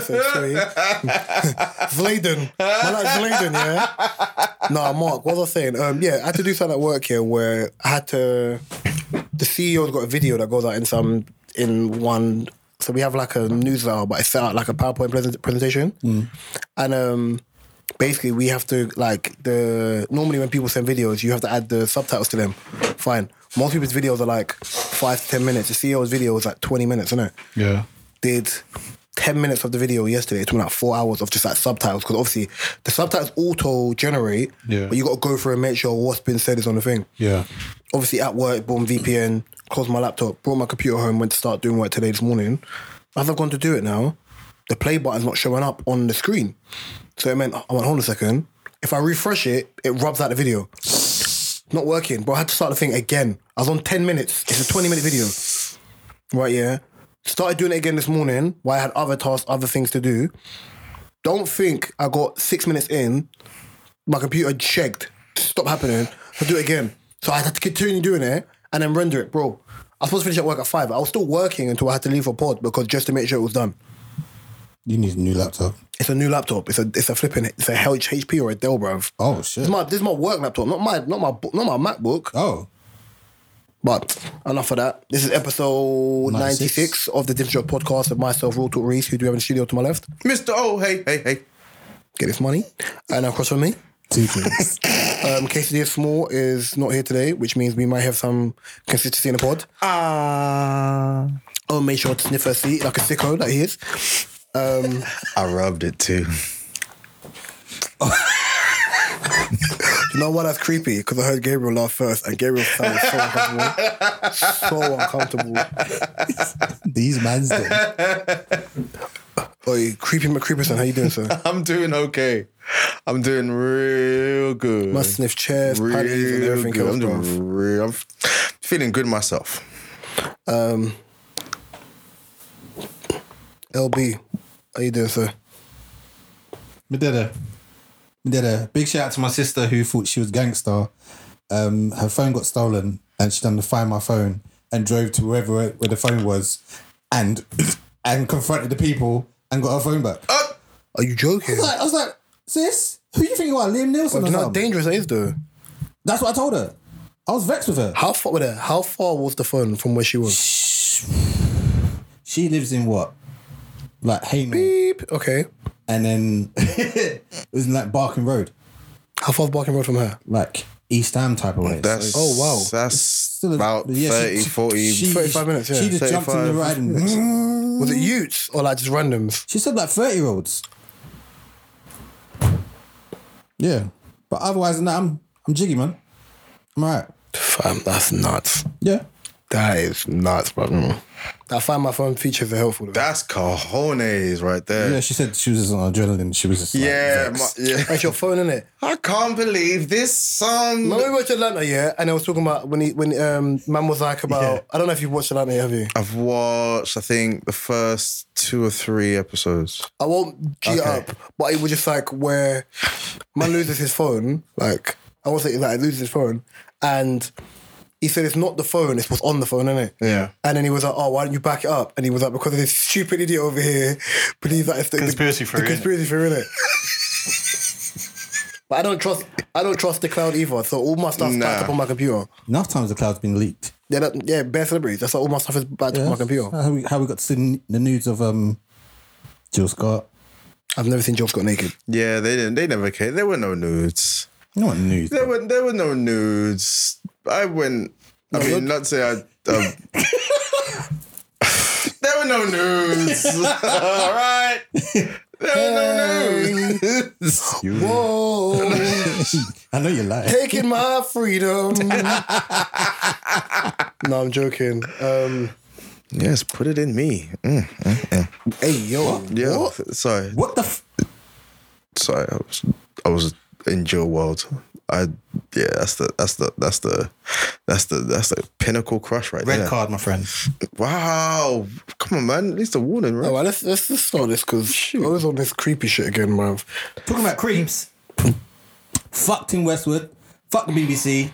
sorry. Vladen. I like Vladen, yeah? Nah, Mark, what was I saying? Um, yeah, I had to do something at work here where I had to. The CEO's got a video that goes out in some. in one. So we have like a newsletter, but it's set out like a PowerPoint present, presentation. And um, basically, we have to, like, the. Normally, when people send videos, you have to add the subtitles to them. Fine. Most people's videos are like five to 10 minutes. The CEO's video is like 20 minutes, isn't it? Yeah. did 10 minutes of the video yesterday. It took me like four hours of just like subtitles because obviously the subtitles auto generate, Yeah. but you got to go through and make sure what's been said is on the thing. Yeah. Obviously, at work, boom, VPN, closed my laptop, brought my computer home, went to start doing work today this morning. As I've gone to do it now, the play button's not showing up on the screen. So it meant, I went, hold on a second. If I refresh it, it rubs out the video. Not working, bro. I had to start the thing again. I was on 10 minutes. It's a 20 minute video. Right, yeah. Started doing it again this morning while I had other tasks, other things to do. Don't think I got six minutes in, my computer checked, stopped happening, I do it again. So I had to continue doing it and then render it, bro. I was supposed to finish at work at five. I was still working until I had to leave for pod because just to make sure it was done. You need a new laptop. It's a new laptop. It's a it's a flipping it's a HP or a Dell, bruv. Oh shit. This is my this is my work laptop, not my not my bo- not my MacBook. oh. But enough of that. This is episode 96, 96 of the Different Job podcast with myself, Raw Talk Reese, who do you have in the studio to my left. Mr. Oh, hey, hey, hey. Get this money. And across from me, Two things. um, Casey Small is not here today, which means we might have some consistency in the pod. Ah. Oh, make sure to sniff her seat like a sicko that he is. I rubbed it too. You know why that's creepy? Because I heard Gabriel laugh first, and Gabriel sounded so uncomfortable. so uncomfortable. These man's them. Oi, creepy McCreeperson, how you doing, sir? I'm doing okay. I'm doing real good. Must sniff chairs, panties, and real everything good. else, I'm bruv. doing real. I'm feeling good myself. LB, how you doing, sir? Mededa. Mededa. Big shout out to my sister who thought she was gangster. Um, her phone got stolen and she done the find my phone and drove to wherever where the phone was and and confronted the people and got her phone back. I Are you joking? was like, I was like sis, who you think you are, Liam Nielsen? Do or you know how something?" dangerous that is, though? That's what I told her. I was vexed with her. How far were there? How far was the phone from where she was? She lives in what? Like Hayman. Beep. Okay. And then it was in like Barking Road, How far was Barking Road from her? like East Ham type of way. That's So Oh, wow. That's still a- about yeah, she- 30, 40. she- 35 minutes, yeah. She just jumped in the 35. ride and Was it Utes or like just randoms? she said like 30 year olds. Yeah. But otherwise than that, I'm I'm jiggy, man. I'm all right. Fam, that's nuts. Yeah. That is nuts, bro. Mm. I find my phone features are helpful. though. That's cojones right there. Yeah, she said she was just on adrenaline. She was just like, Yeah, my, vexed. yeah. That's your phone, innit? I can't believe this song. Remember we watched Atlanta, yeah? And I was talking about when he, when um man was like about Yeah. I don't know if you've watched Atlanta, have you? I've watched, I think, the first two or three episodes. I won't G it Okay. up, but it was just like where man loses his phone, like I won't say that like, loses his phone, and he said it's not the phone, it's what's on the phone, innit? Yeah. And then he was like, "Oh, why don't you back it up?" And he was like, "Because of this stupid idiot over here believes that it's the Conspiracy the, theory, the conspiracy theory, innit?" but I don't trust. I don't trust the cloud either. So all my stuff's backed Nah. up on my computer. Enough times the cloud's been leaked. Yeah, that, yeah, bare celebrities. That's why all my stuff is backed up Yeah. on my computer. How we, how we got to see n- the nudes of um, Jill Scott. I've never seen Joe Scott naked. Yeah, they didn't. They never came. There were no nudes. You know what nudes? There were there were no nudes. I went. I mean, not say I. Um, there were no nudes. All right. There were no nudes. Whoa, I know you're lying. taking my freedom. no, I'm joking. Um, Yes, put it in me. Mm, hey, yo, Yeah. what? Sorry. What the? F- Sorry. I was. I was in your world. I. Yeah. That's the. That's the. That's the. That's the. That's the pinnacle crush right Red there. card, my friend. Wow. Come on, man. At least a warning, right? All right, let's let's just start this because I was on this creepy shit again, man. Talking about creeps. fuck Tim Westwood. Fuck the BBC.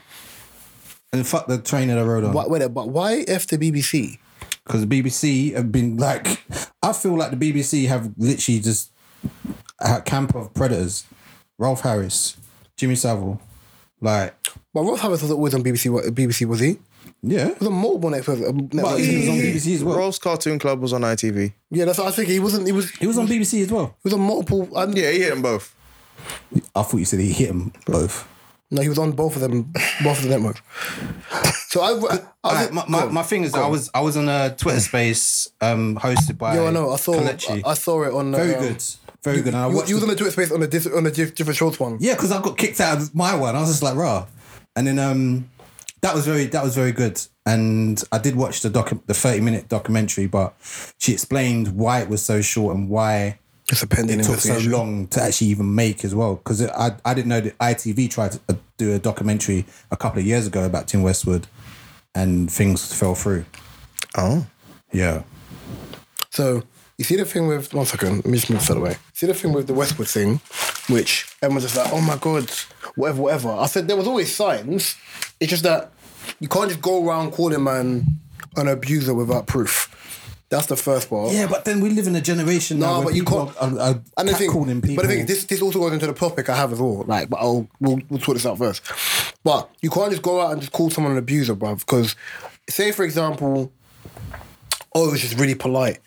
And fuck the train that I rode on. Why, wait, but why F the BBC? because the BBC have been like, I feel like the BBC have literally just a camp of predators. Ralph Harris, Jimmy Savile, like But Ross Harris was always on BBC. wa- BBC was he? yeah. He was on multiple networks. uh, But he was on networks. BBC as well. Rolls Cartoon Club was on ITV. Yeah, that's what I think. He wasn't. He was. He was on BBC as well. He was on multiple. I, Yeah, he hit them both. I thought you said he hit them both. No, he was on both of them. Both of the networks. So I. I, I Alright, my, my, my thing is, I was I was on a Twitter space um, hosted by. yeah, I know. I saw. I, Kalechi. I saw it on. Very uh, good, very good. And I You, watched you was the- on the Twitter space on the dis- on the diff- different shorts one. Yeah, because I got kicked out of my one. I was just like, rah. And then um, that was very that was very good. And I did watch the docu- the thirty minute documentary, but she explained why it was so short and why It's a pending it took so investigation. long to actually even make as well. Because I I didn't know that ITV tried to uh, do a documentary a couple of years ago about Tim Westwood, and things fell through. Oh. Yeah. So you see the thing with one second, let me just move that away. See the thing with the Westwood thing, which everyone's just like, oh my god, whatever, whatever. I said there was always signs. It's just that you can't just go around calling man an abuser without proof. That's the first part. Yeah, but then we live in a generation No, now where but you people can't- Are, are, And the thing, catcalling people. but the thing, this this also goes into the topic I have as well. Like, but I'll we'll, we'll sort this out first. But you can't just go out and just call someone an abuser, bruv. Because say for example, oh, it's just really polite,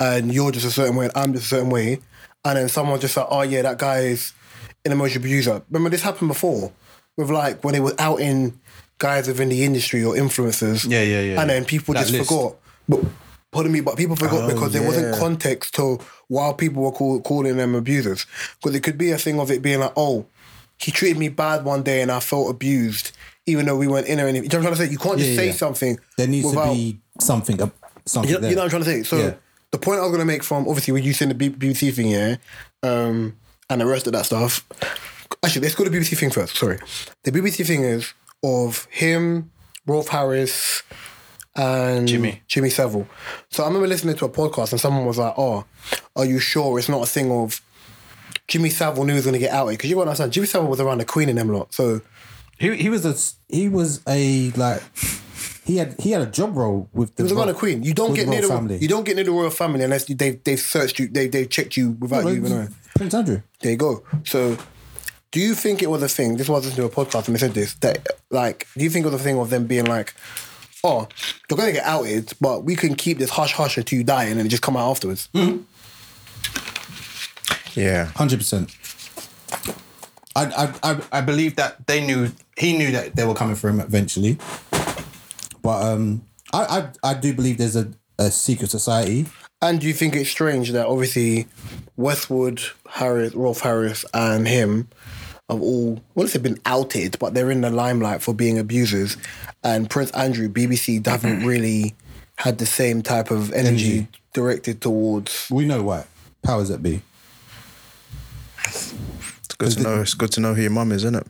and you're just a certain way, and I'm just a certain way, and then someone's just like, oh yeah, that guy is an emotional abuser. Remember this happened before with like when they were out in guys within the industry or influencers. Yeah, yeah, yeah, And then yeah. people That just list. Oh, forgot. But pardon me, but people forgot because there wasn't yeah. context to why people were call, calling them abusers. Because it could be a thing of it being like, oh, he treated me bad one day and I felt abused, even though we weren't in or anything. You know what I'm trying to say? You can't just Yeah, say yeah. something. there needs without- to be something. up- Something You know, there. you know what I'm trying to say? So Yeah. the point I was going to make from obviously when you saying the B- BBC thing, yeah, um, and the rest of that stuff. Actually, let's go to the BBC thing first. Sorry, the BBC thing is of him, Rolf Harris, and Jimmy. Jimmy Savile. So I remember listening to a podcast and someone was like, "Oh, are you sure it's not a thing of Jimmy Savile knew he was going to get outed?" Because you got to understand, Jimmy Savile was around the Queen in them lot, so He he was a he was a like he had he had a job role with the It was around Ro- the Queen. You don't with get near the royal family. you don't get near the royal family unless you, they've they've searched you, they they've checked you without you even knowing. Prince Andrew. There you go. So, do you think it was a thing? This was listening to a podcast and they said this. That like, do you think it was a thing of them being like, oh, you're gonna get outed, but we can keep this hush hush until you die and then it just come out afterwards. Yeah. Hundred percent. I, I I I believe that they knew he knew that they were coming for him eventually. But um I I, I do believe there's a, a secret society. And do you think it's strange that obviously Westwood, Harris, Rolf Harris, and him have all, well, they've been outed, but they're in the limelight for being abusers. And Prince Andrew, BBC, haven't really had the same type of energy, Energy. directed towards. We know why. Powers that be. It's good to know it's good to know who your mum is, isn't it?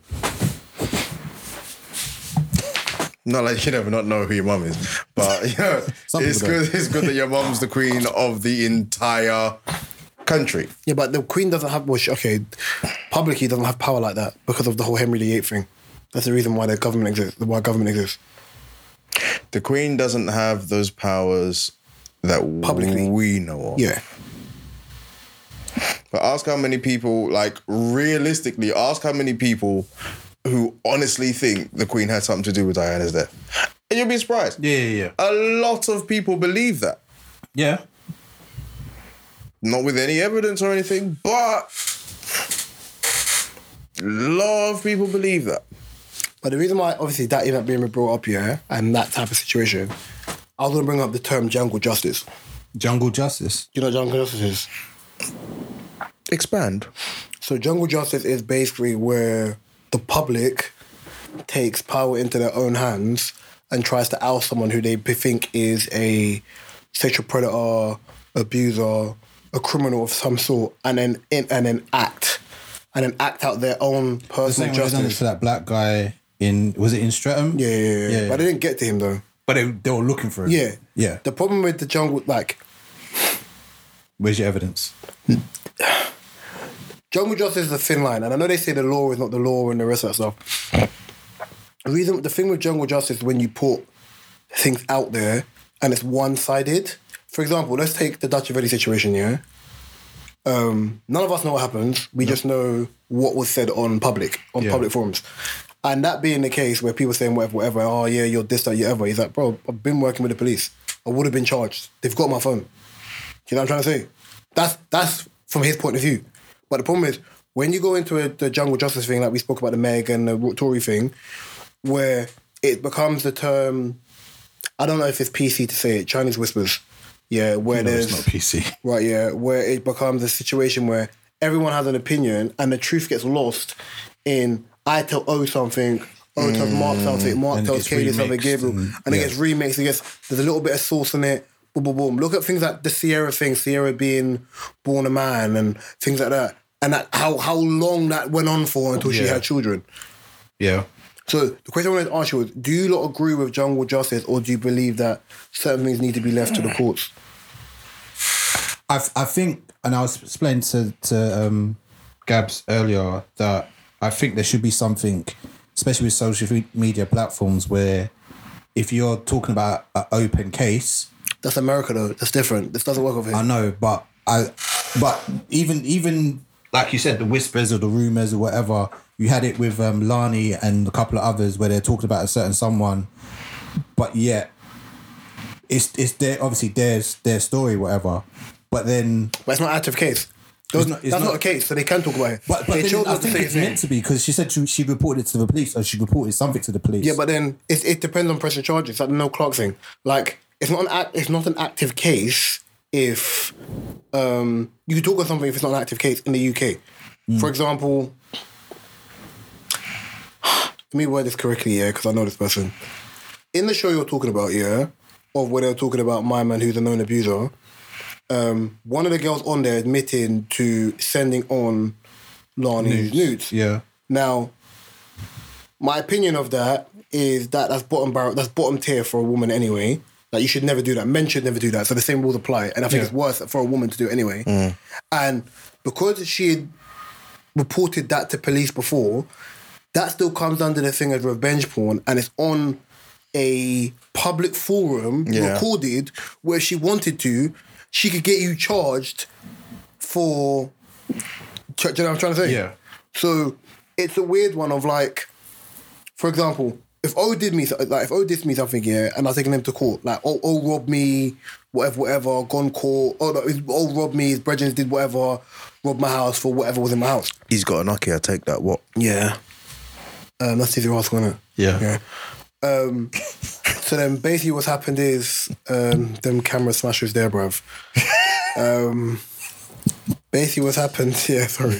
Not like you never not know who your mum is. But you know, Some it's people don't. good it's good that your mum's the queen of the entire country. Yeah, but the Queen doesn't have, well, she- okay, publicly doesn't have power like that because of the whole Henry VIII thing. That's the reason why the government exists, why government exists. The queen doesn't have those powers that Publicly. we know of. Yeah. But ask how many people, like realistically, ask how many people who honestly think the Queen had something to do with Diana's death. And you'll be surprised. Yeah, yeah, yeah. A lot of people believe that. yeah. Not with any evidence or anything, but a lot of people believe that. But the reason why, obviously, that event being brought up here and that type of situation, I was going to bring up the term jungle justice. Jungle justice. Do you know what jungle justice is? Expand. So, jungle justice is basically where the public takes power into their own hands and tries to oust someone who they think is a sexual predator, abuser, a criminal of some sort, and then in, and then act. And then act out their own The personal same way they done it justice. for that black guy in was it in Streatham? Yeah, yeah, yeah, yeah. But they didn't get to him though. But they, they were looking for him. Yeah. Yeah. The problem with the jungle, like, Where's your evidence? Jungle justice is a thin line, and I know they say the law is not the law and the rest of that stuff. The reason, the thing with jungle justice, when you put things out there and it's one sided. For example, let's take the Dutch Ready situation, yeah? Um, none of us know what happens. We just know what was said on public, on Yeah. public forums. And that being the case where people saying whatever, whatever, oh yeah, you're this, that, you're ever. He's like, bro, I've been working with the police. I would have been charged. They've got my phone. Do you know what I'm trying to say? That's that's from his point of view. But the problem is, when you go into a, the jungle justice thing, like we spoke about the Meg and the Tory thing, where it becomes the term I don't know if it's PC to say it, Chinese whispers. Yeah, where there's It's not PC. right, yeah, where it becomes a situation where everyone has an opinion and the truth gets lost in I tell O something, O tells Mark something, Mark Mm. And it tells gets Katie something, remixed Gabriel, and, and- it yeah. gets remixed. It gets there's a little bit of sauce in it. Boom, boom, boom. Look at things like the Sierra thing, Sierra being born a man and things like that, and that how how long that went on for until she Yeah. had children. Yeah. So the question I wanted to ask you was: Do you lot agree with jungle justice, or do you believe that certain things need to be left to the courts? I, I think, and I was explaining to, to um, Gabs earlier that I think there should be something, especially with social fe- media platforms, where if you're talking about an open case, That's America, though. That's different. This doesn't work over here. I know, but I, but even even like you said, the whispers or the rumors or whatever, you had it with um, Lani and a couple of others where they're talking about a certain someone, but yet it's it's their obviously their their story, whatever. But then but it's not an active case. Those, It's not- it's that's not, not- a case, so they can talk about it. But, but they then chose I not to think say it's his name. meant to be because she said she, she reported to the police or she reported something to the police. Yeah, but then it, it depends on pressure charges. Like the no clock thing. Like it's not an act, it's not an active case if um, you can talk on something if it's not an active case in the UK. Hmm. For example, let me word this correctly, yeah, because I know this person. In the show you're talking about, yeah, of where they're talking about my man who's a known abuser, um, one of the girls on there admitting to sending on Lani's nudes. yeah. Now, my opinion of that is that that's bottom barrel, that's bottom tier for a woman anyway. Like you should never do that. Men should never do that. So the same rules apply, and I think Yeah. Mm. it's worse for a woman to do it anyway. And because she had reported that to police before, that still comes under the thing as revenge porn, and it's on a public forum Yeah. recorded where she wanted to, she could get you charged for. Do you know what I'm trying to say? Yeah. So it's a weird one of like, for example, if O did me so- like if O did me something yeah, and I've taken him to court, like oh O robbed me, whatever, whatever, gone court, oh no, it's- O robbed me, his brethren did whatever, robbed my house for whatever was in my house. He's got a Nokia. Take that. What? Yeah. Um, that's easy to ask, isn't it? Yeah. Yeah. Um, so then basically what's happened is um, them camera smashers there, bruv. Um, basically what's happened, yeah, sorry.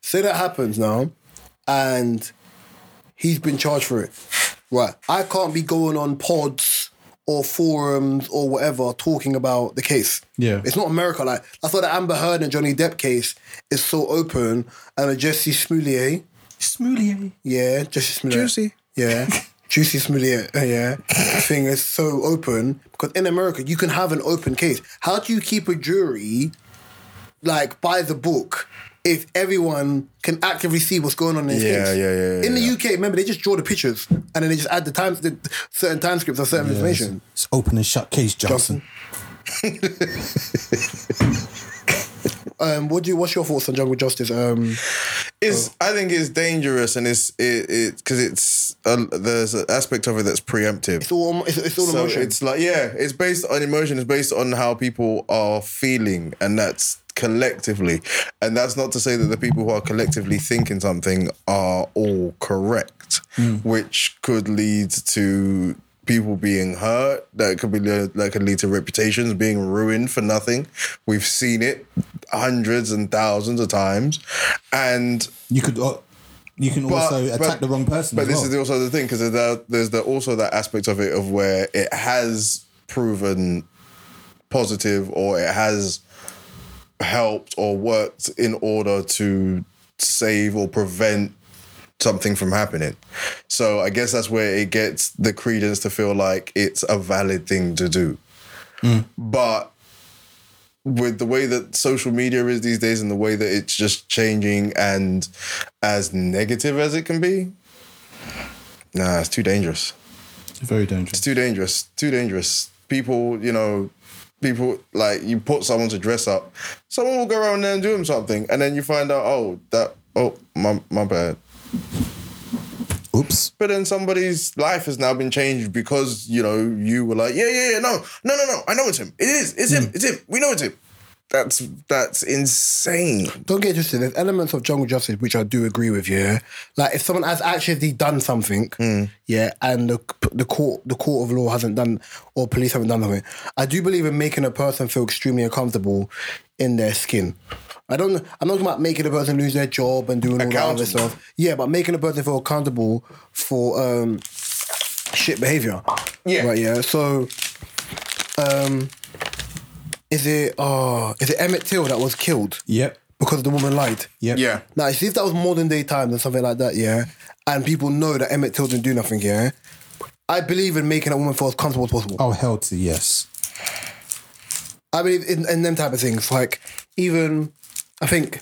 so that happens now, and he's been charged for it. Right. I can't be going on pods or forums or whatever talking about the case. Yeah. It's not America. Like I thought the Amber Heard and Johnny Depp case is so open and a Jesse Smollett. Smoothie. Yeah, Jesse Smollett. Juicy. Yeah. Juicy Smollett, uh, yeah. thing is so open because in America you can have an open case. How do you keep a jury like by the book if everyone can actively see what's going on in this Yeah, case? yeah, yeah, yeah, In the yeah. UK, remember they just draw the pictures and then they just add the times, the certain transcripts or certain information. It's open and shut case, Johnson. Johnson. Um, what do you? What's your thoughts on Jungle Justice? Um, It's, I think it's dangerous, and it's it because it's uh, there's an aspect of it that's preemptive. it's all it's, it's all so emotion. it's like yeah, it's based on emotion. It's based on how people are feeling, and that's collectively. And that's not to say that the people who are collectively thinking something are all correct, which could lead to people being hurt. That could be that could lead to reputations being ruined for nothing. We've seen it hundreds and thousands of times, and You could uh, you can also but- attack the wrong person. but as this well. is also the thing because there's, there's the, also that aspect of it of where it has proven positive or it has helped or worked in order to save or prevent something from happening. So I guess that's where it gets the credence to feel like it's a valid thing to do. Hmm. But with the way that social media is these days and the way that it's just changing and as negative as it can be, nah, it's too dangerous. Very dangerous. It's too dangerous. Too dangerous. People, you know, people like you put someone to dress up, someone will go around there and do him something, and then you find out, oh, that, oh, my, my bad. Oops. But then somebody's life has now been changed because you know you were like, yeah, yeah, yeah, no, no, no, no, I know it's him. It is. It's him. It's him. We know it's him. That's that's insane. Don't get twisted. There's elements of jungle justice which I do agree with. Yeah, like if someone has actually done something, yeah, and the the court the court of law hasn't done or police haven't done something, I do believe in making a person feel extremely uncomfortable in their skin. I don't. I'm not talking about making a person lose their job and doing all that other Accountable. stuff. Yeah, but making a person feel accountable for um, shit behavior. Yeah. Right. Yeah. So, um, is it uh is it Emmett Till that was killed Yep. because the woman lied? Yep. Yeah. Now, see if that was modern day times and something like that, yeah, and people know that Emmett Till didn't do nothing, yeah. I believe in making a woman feel as comfortable as possible. Oh hell to yes. I believe in, in them type of things. Like even I think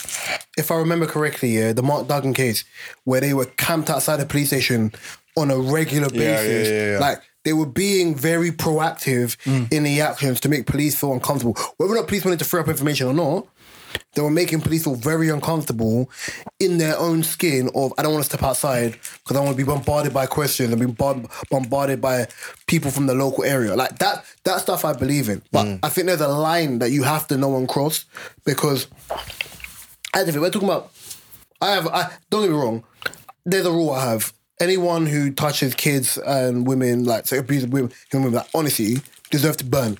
if I remember correctly, yeah, the Mark Duggan case where they were camped outside the police station on a regular yeah, basis. yeah, Mm. yeah. Like they were being very proactive in the actions to make police feel uncomfortable. Whether or not police wanted to free up information or not, they were making police feel very uncomfortable in their own skin of I don't want to step outside because I want to be bombarded by questions and be bomb- bombarded by people from the local area. Like that that stuff I believe in. But I think there's a line that you have to know and cross because as if we're talking about I have I don't get me wrong, there's a rule I have. Anyone who touches kids and women, like say abuses women, human women, like honestly, deserve to burn.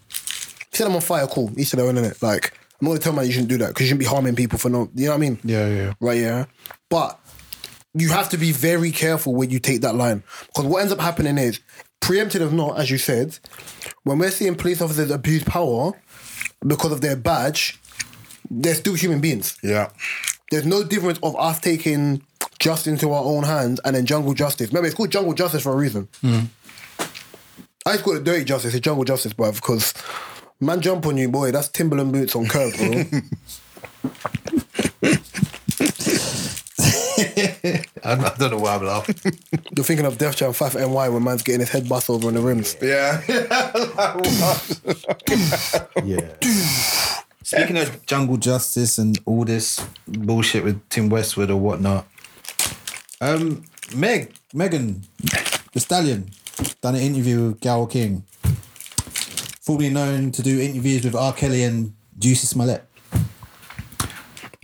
Set them on fire, cool. Each to their own, innit? Like, I'm not gonna tell man you shouldn't do that because you shouldn't be harming people for no, you know what I mean? Yeah, yeah. Right, yeah. But you have to be very careful when you take that line because what ends up happening is, preempted or not, as you said, when we're seeing police officers abuse power because of their badge, they're still human beings Yeah. there's no difference of us taking justice into our own hands and then jungle justice. Remember, it's called jungle justice for a reason. Mm. I just call it dirty justice. It's jungle justice, bruv, because man jump on you, boy. That's Timberland boots on curve, bro. I don't- I don't know why I'm laughing. You're thinking of Def Jam 5 NY when man's getting his head bust over on the rims. Yeah. Yeah. Speaking of jungle justice and all this bullshit with Tim Westwood or whatnot, um, Meg, Megan, the stallion, done an interview with Gal King. Formerly known to do interviews with R. Kelly and Juicy Smollett.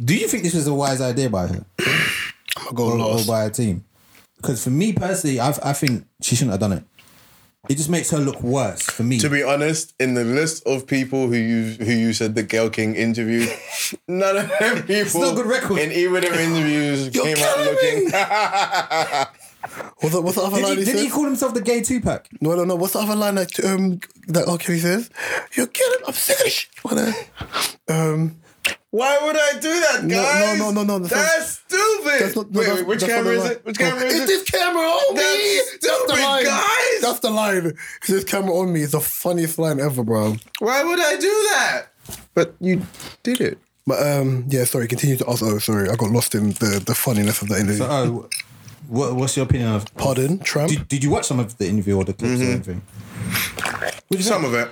Do you think this was a wise idea by her Oh I'm gonna go or, or last. by her team? Because for me personally, I've, I think she shouldn't have done it. It just makes her look worse for me. to be honest, in the list of people who you who you said the Gail King interviewed, none of them people. not a good record. In either of interviews You're came out killing looking. What's the, what's the other did, line he, he, did says? he call himself the gay Tupac? no, no, no. What's the other line that um that R. Kelly says? You're killing. I'm sick of shit. What the- Um, Why would I do that, no, guys? no, no, no, That's, that's not- stupid. that's not. no, Wait, that's- wait, which that's not camera the is line. it? Which No, camera is it's it? this camera on That's me. That's stupid, the line. guys. That's the line. It's this camera on me. It's the funniest line ever, bro. Why would I do that? But you did it. But um, yeah. Sorry. Continue to ask. Oh, sorry. I got lost in the the funniness of that interview. uh, Oh, what, what's your opinion of? Pardon, Trump. Did, did you watch some of the interview or the clips Mm-hmm. or anything? Some of it.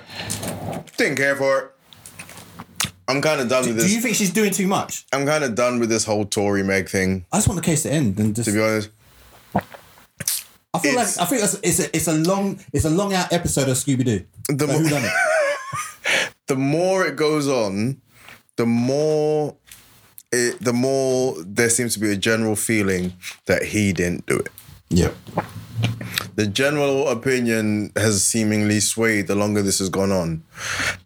Didn't care for it. I'm kind of done with Do this. you think she's doing too much? I'm kind of done with this whole Tory Meg thing. I just want the case to end and just To be honest, I feel It's- like I think that's, it's a it's a long it's a long out episode of Scooby Doo. The Like, mo- who done it? the more it goes on, the more it, the more there seems to be a general feeling that he didn't do it. Yep. The general opinion has seemingly swayed the longer this has gone on.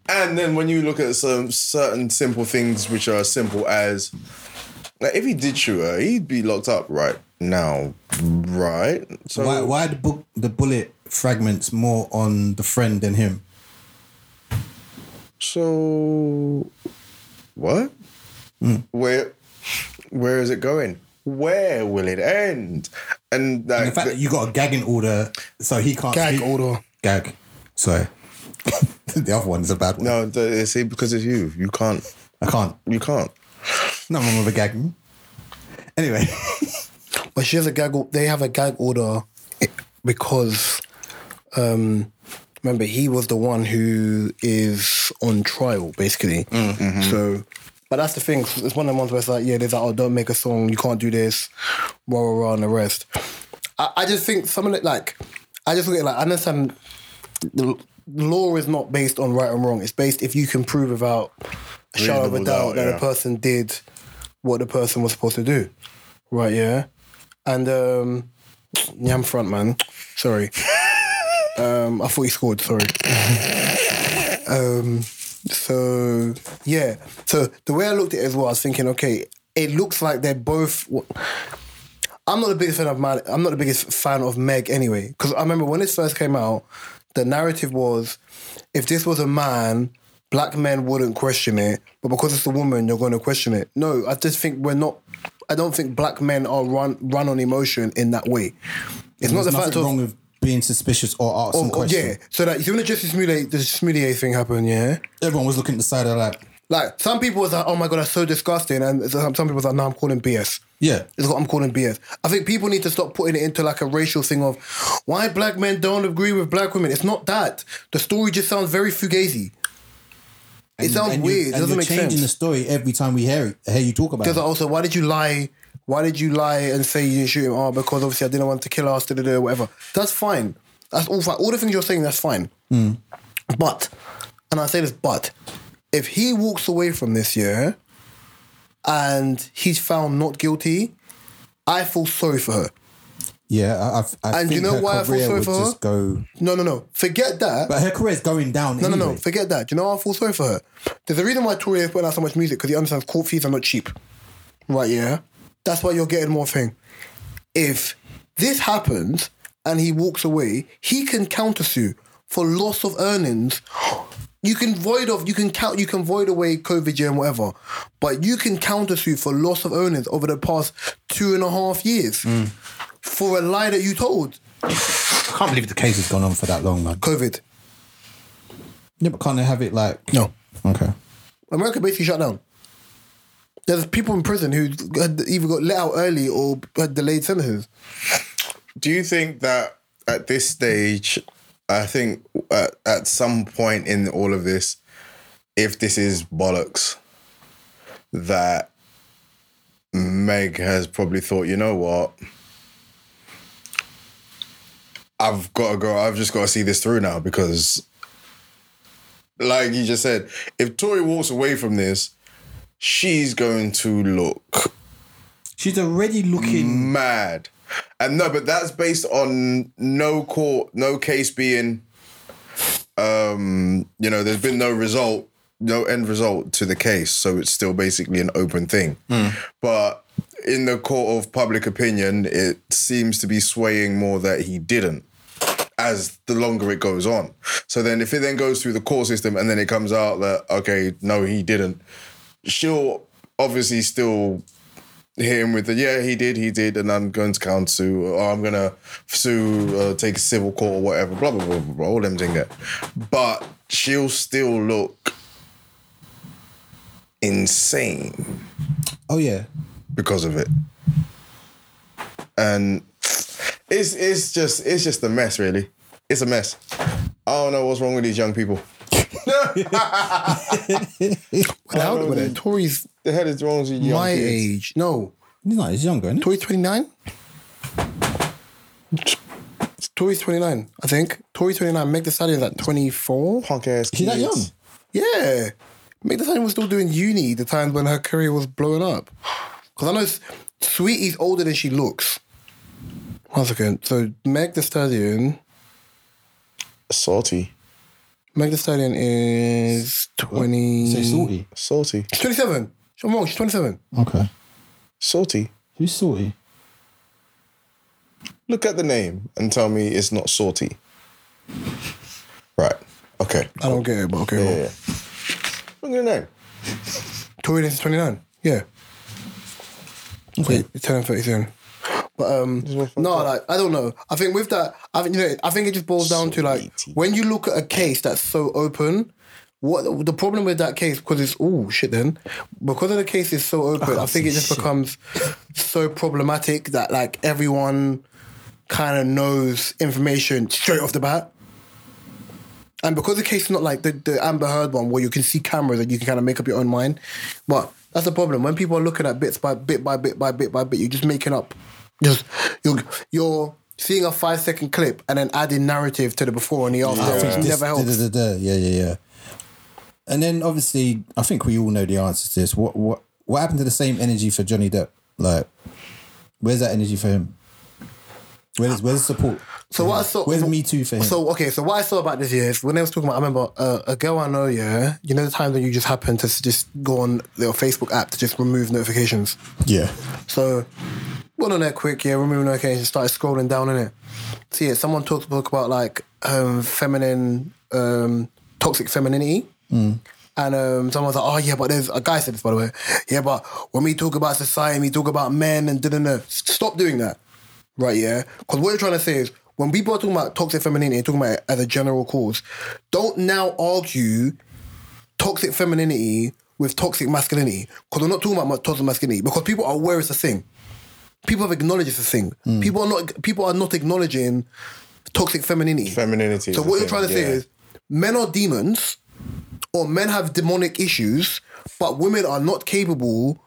And then when you look at some certain simple things which are as simple as like if he did shoot her, he'd be locked up right now. Right? So Why why the book the bullet fragments more on the friend than him? So, what? Hmm. Where, where is it going? Where will it end? And like, And the fact that you got a gagging order, so he can't Gag speak- order. Gag. Sorry. the other one's a bad one. no, the, see, because it's you, you can't, I can't. you can't. Nothing wrong with a gagging. Anyway, But she has a gag. They have a gag order because um, remember he was the one who is on trial basically. Mm, mm-hmm. So, but that's the thing. It's one of the ones where it's like, yeah, there's like, oh, don't make a song. You can't do this. Rah rah rah, and the rest. I, I just think some of it, like, I just look at it like I understand the the law is not based on right and wrong. It's based if you can prove without a shadow of a Reasonable doubt doubt, that yeah. the person did what the person was supposed to do. Right, yeah. And um Yam front man. Sorry. um I thought he scored, sorry. um so yeah. So the way I looked at it as well, I was thinking, okay, it looks like they're both I'm not the biggest fan of Mal- I'm not the biggest fan of Meg anyway because I remember when this first came out, the narrative was if this was a man, black men wouldn't question it, but because it's a woman, you're going to question it. No, I just think we're not. I don't think black men are run run on emotion in that way. It's not There's the fact nothing of wrong with being suspicious or oh, asking questions. yeah. So that you know, just the Smollett- the Smollett thing happened, yeah. Everyone was looking at the side of like, Like some people was like, "Oh my god, that's so disgusting," and some some people was like, "No, I'm calling BS." yeah. It's what I'm calling BS. I think people need to stop putting it into like a racial thing of why black men don't agree with black women. It's not that. The story just sounds very fugazi. It sounds and you- weird. and It doesn't you're make changing the sense. story every time we hear it, hear you talk about it. Because also, why did you lie? Why did you lie and say you didn't shoot him? Oh, because obviously I didn't want to kill us. Da, da, da, whatever. That's fine. That's all fine. All the things you're saying, that's fine. But, and I say this, but if he walks away from this year and he's found not guilty, I feel sorry for her. Yeah, I, I've- I And think you know her why I feel career sorry would for her? just go. No, no, no. Forget that. But her career's going down. no, no, no. Forget that. Do you know how I feel sorry for her? There's a reason why Tory is putting out so much music because he understands court fees are not cheap. Right, yeah? That's why you're getting more thing. If this happens and he walks away, he can countersue for loss of earnings. You can void off, you can count, you can void away COVID year and whatever, but you can countersue for loss of earnings over the past two and a half years for a lie that you told. I can't believe the case has gone on for that long, man. COVID. Yeah, but can't they have it like? No. Okay. America basically shut down. There's people in prison who had either got let out early or had delayed sentences. Do you think that at this stage, I think at, at some point in all of this, if this is bollocks, that Meg has probably thought, you know what? I've got to go. I've just got to see this through now because, like you just said, if Tori walks away from this, she's going to look She's already Mm. looking. mad. And no, but that's based on no court, no case being, um, you know, there's been no result, no end result to the case. So it's still basically an open thing. But in the court of public opinion, it seems to be swaying more that he didn't as the longer it goes on. So then if it then goes through the court system and then it comes out that, okay, no, he didn't, she'll obviously still hit him with the yeah he did he did and I'm going to count sue or I'm gonna sue uh, take civil court or whatever blah blah blah blah, blah all them thing there but she'll still look insane Oh yeah. because of it and it's it's just it's just a mess really it's a mess I don't know what's wrong with these young people Well, now, Tory's the hell is wrong with you Oh, young my kids? age. No, No, he's younger, isn't Tory's 29? Tory's 29, I think. Tory's 29. Meg the Stallion's at 24. punk ass She's that young. kids. Yeah. Meg the Stallion was still doing uni the time when her career was blowing up. Because I know S- Sweetie's older than she looks. One second. So Meg the Stallion... salty Meg Thee Stallion is 20... So salty. salty She's 27. I'm wrong, she's 27. Okay. salty Who's salty? Look at the name and tell me it's not salty. Right. Okay. I don't get it, but okay. Yeah. Look at the name. Tory Lanez is 29. Yeah. Okay. It's 10 and 30 soon. But um, no, like I don't know. I think with that, I think you know, I think it just boils down to like Sweetie. when you look at a case that's so open. What the problem with that case? Because it's oh shit. Then because of the case is so open, I, think it just becomes so problematic that like everyone kind of knows information straight off the bat. And because the case is not like the, the Amber Heard one where you can see cameras and you can kind of make up your own mind. But that's the problem. When people are looking at bits by bit by bit by bit by bit, you're just making up. Just you're you're seeing a five second clip and then adding narrative to the before and the after, which Oh, This- never helps. da, da, da, da. Yeah, yeah, yeah. And then obviously, I think we all know the answer to this. What what what happened to the same energy for Johnny Depp? Like, where's that energy for him? Where's where's the support? So what I saw, Where's Me Too for him? So okay, so what I saw about this year is when they was talking about, I remember uh, a girl I know. Yeah, you know the time that you just happen to s- just go on their Facebook app to just remove notifications. yeah, So went on there quick, yeah, remove notifications, started scrolling down in it. See it. Someone talked book about like um, feminine, um, toxic femininity. And um, someone's like, oh yeah, but there's a guy said this by the way. Yeah, but when we talk about society, we talk about men and da da da. Stop doing that right? Yeah, because what you're trying to say is when people are talking about toxic femininity, you're talking about it as a general cause. Don't now argue toxic femininity with toxic masculinity because we're not talking about toxic masculinity because people are aware it's a thing. People have acknowledged it's a thing. Hmm. People are not. People are not acknowledging toxic femininity. Femininity. So is a what you're thing, trying to yeah. say is men are demons or men have demonic issues, but women are not capable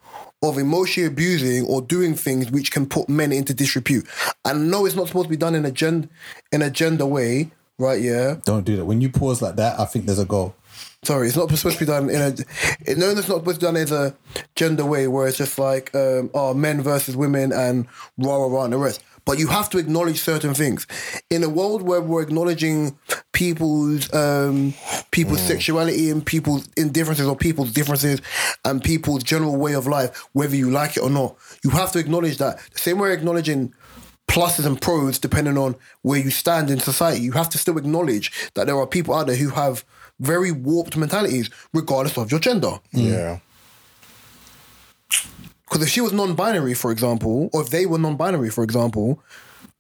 of emotionally abusing or doing things which can put men into disrepute. And no, it's not supposed to be done in a gen in a gender way, right? Yeah. don't do that. When you pause like that, I think there's a goal. Sorry, it's not supposed to be done in a it- no, it's not supposed to be done in a gender way where it's just like um, oh men versus women and rah rah rah and the rest. But you have to acknowledge certain things. In a world where we're acknowledging people's um, people's sexuality and people's indifferences or people's differences and people's general way of life, whether you like it or not, you have to acknowledge that. The same way acknowledging pluses and pros depending on where you stand in society. You have to still acknowledge that there are people out there who have very warped mentalities, regardless of your gender. Yeah. Because if she was non-binary, for example, or if they were non-binary, for example,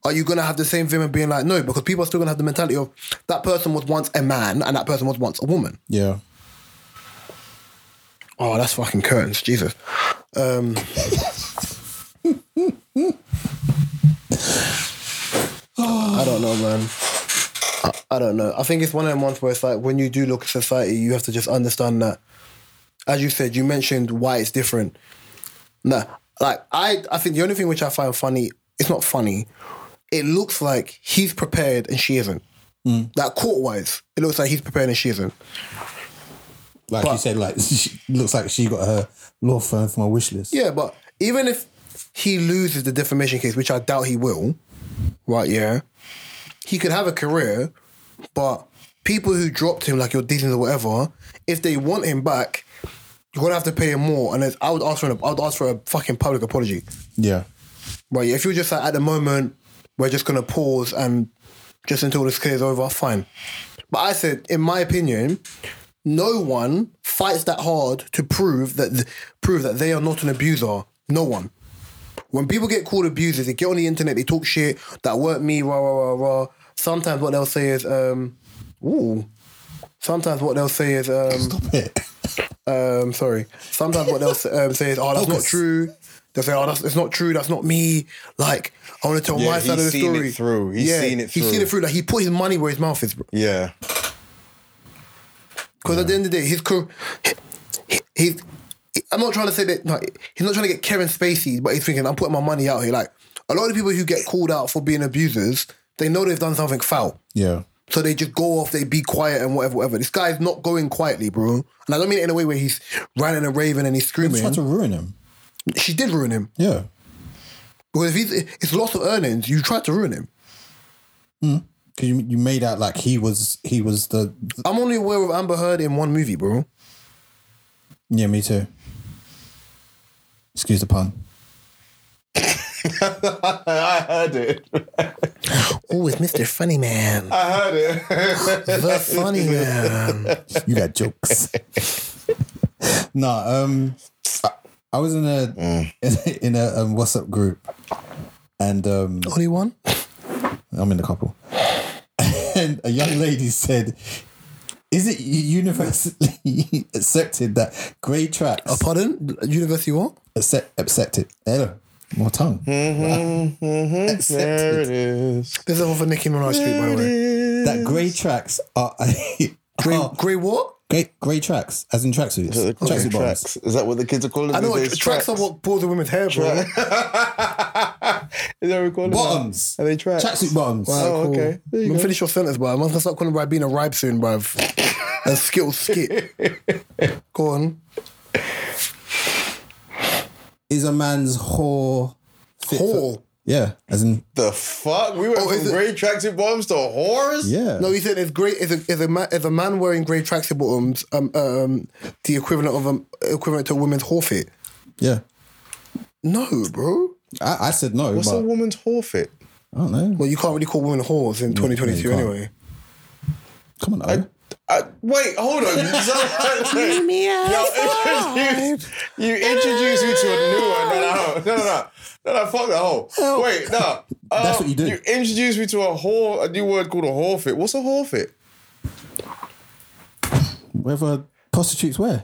are you gonna have the same thing and being like, no? Because people are still gonna have the mentality of that person was once a man and that person was once a woman. Yeah, Oh, that's fucking curtains, Jesus. Um, I don't know, man. I, I don't know. I think it's one of them ones where it's like when you do look at society, you have to just understand that. As you said, you mentioned why it's different. Nah, like I, I think the only thing which I find funny, it's not funny. It looks like he's prepared and she isn't. Like court wise, it looks like he's prepared and she isn't. like you said, like she, looks like she got her law firm from a wish list. Yeah, but even if he loses the defamation case, which I doubt he will, right? Yeah, he could have a career, but people who dropped him, like your Disney or whatever, if they want him back, you're gonna have to pay him more. And it's- I would ask for an, I would ask for a fucking public apology, yeah. right? If you're just like at the moment, we're just gonna pause and just until this clears over, fine. But I said, in my opinion, no one fights that hard to prove that prove that they are not an abuser. No one. When people get called abusers, they get on the internet, they talk shit that weren't me, rah rah rah rah. Sometimes what they'll say is, um, ooh. Sometimes what they'll say is, um, um, sorry. Sometimes what they'll s- um, say is, oh, that's not Focus. true. They'll say, oh, that's it's not true. That's not me. Like, I want to tell Yeah, my side he's of the seen it story. through. He's seen it He's seen through. it through. Like, he put his money where his mouth is, bro. Yeah. Because at the end of the day, his career, he, he- he- I'm not trying to say that, no, he's not trying to get Kevin Spacey, but he's thinking, I'm putting my money out here. Like, a lot of the people who get called out for being abusers, they know they've done something foul. Yeah. So they just go off, they be quiet and whatever, whatever. This guy's not going quietly, bro. And I don't mean it in a way where he's running and raving and he's They tried screaming. to ruin him. she did ruin him. Yeah. Because if he's, it's loss of earnings, you tried to ruin him. Because you, you made out like he was he was the I'm only aware of Amber Heard in one movie, bro. yeah me too. Excuse the pun. I heard it. Oh, it's Mr. Funny Man. I heard it. The Funny Man. You got jokes. no, um, I, I was in a in a um, WhatsApp group, and um, Only one? I'm in a couple, and a young lady said. Is it universally accepted that grey tracks Oh, pardon? University what? accept, accepted? Eh, my tongue. There Accepted. it is. This is off of Nicki Minaj Street, by the way. that grey tracks are Grey, Oh. are grey what? grey grey tracks, as in tracksuits, tracksuit bottoms. Is that what the kids are calling I know these what days? tracks are what pulls the women's hair, bro. Is that what we call them? Bottoms. Are they tracks? Tracksuit bottoms. Oh, Cool. okay. There you I'm go. gonna finish your sentence, bro. I'm gonna start calling Ribena Ribe soon, bro. A skill skit. Go on. Is a man's whore fit for- Whore. Yeah, as in The fuck? We went Oh, from is it- grey tracksuit bottoms to whores? yeah. No, you said it's great. Is a is a man is a man wearing grey tracksuit bottoms um um the equivalent of um equivalent to a woman's whore fit? Yeah. No, bro. I, I said no, What's but a woman's whore fit? I don't know. Well, you can't really call women whores in 2022 can't. anyway. Come on, O. I, wait, hold on. Leave me introduced, you introduced me to a new one. No, no, no, no, no, no, no fuck that whole. Wait, no. Um, That's what you do. You introduced me to a whore, a new word called a whore fit. What's a whore fit? wherever prostitutes wear.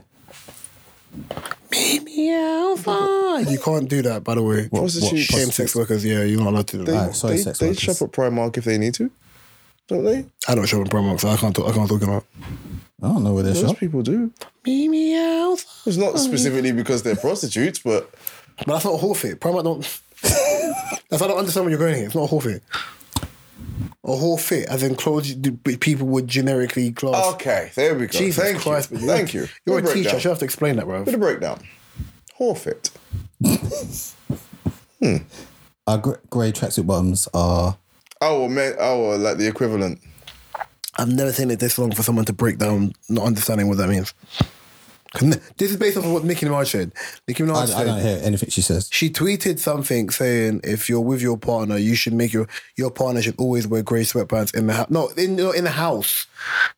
You can't do that, by the way. Prostitutes. Shame sex workers, yeah, you're not allowed to do They, that. Alright, sorry, they, sex they workers. shop at Primark if they need to, don't they? I don't show in Primark, so I can't talk I can't talk about. I don't know where they Most shop. people do. Mimi out. It's not specifically because they're prostitutes, but But that's not a whore fit. Primark don't That's I don't understand where you're going here. It's not a whore fit. A whore fit, as in clothes you- the people would generically class. okay, there we go. Jesus Thank Christ, you. but you're- Thank you. You're Good a teacher. I breakdown. should have to explain that, bro. Bit of breakdown. Whore fit. Our gr- grey tracksuit bottoms are Oh, man, oh, like the equivalent. I've never seen it this long for someone to break down not understanding what that means. 'Cause n- This is based off of what Nicki Minaj said. Nicki Minaj I, said, I don't hear anything she says. she tweeted something saying if you're with your partner, you should make your your partner should always wear grey sweatpants in the house. No, in no, in the house,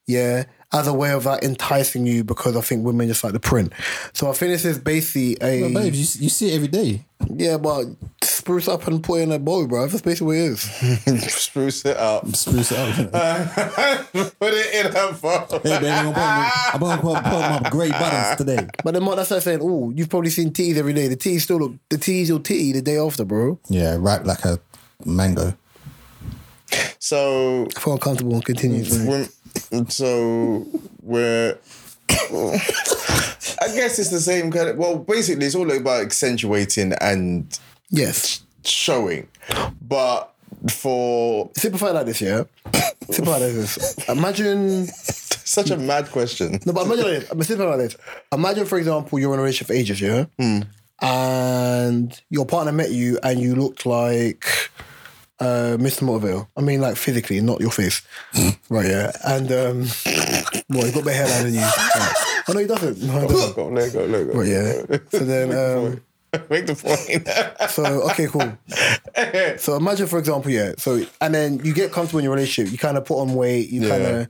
yeah, as a way of like enticing you because I think women just like the print. So I think this is basically a Babe, you, you see it every day. yeah, but spruce up and put in a bow, bro. That's basically what it is. Spruce it up. Spruce it up. Put it in her phone. hey, babe, I'm gonna put on my grey buttons today. But then what- that's like saying, oh, you've probably seen titties every day. The titties still look the titties your titty the day after, bro. Yeah, ripe like a mango. So, I feel uncomfortable and continue. sorry. we're, so we're. I guess it's the same kind of. Well, basically, it's all about accentuating and Yes. showing, but for Simplify it like this, yeah. Simplify it like this. Imagine such a mad question. No, but imagine like this. I'm simple like this. Imagine, for example, you're in a relationship for ages, yeah? And your partner met you and you looked like uh, Mr. Motorville. I mean, like physically, not your face. right, yeah. And, um, well, he's got better hairline than you. Right. Oh, no, he doesn't. No, he doesn't. Go, let go, let go. Right, yeah. So then, um, Make the point. so okay, cool. So imagine, for example, yeah. So and then you get comfortable in your relationship. You kind of put on weight. You kind of, I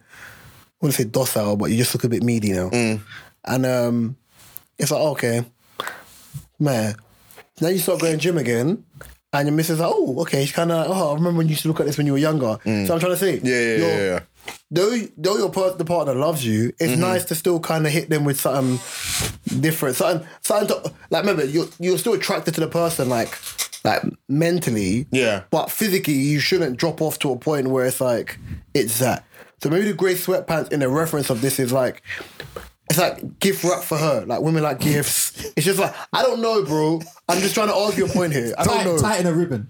wouldn't say docile, but you just look a bit meaty now. Mm. And um, it's like okay, man. Now you start going gym again. And your missus like, oh, okay. She's kind of, oh, I remember when you used to look at this when you were younger. So I'm trying to say, Mm. yeah, yeah, your- yeah, yeah. though though your part, the partner loves you, it's nice to still kind of hit them with something different, something something to, like remember you're you're still attracted to the person like like mentally, Yeah. but physically you shouldn't drop off to a point where it's like it's that. So maybe the grey sweatpants in the reference of this is like. It's like gift wrap for her. Like women like gifts. It's just like I don't know, bro. I'm just trying to argue a point here. I don't know. Tight, tighten a ribbon.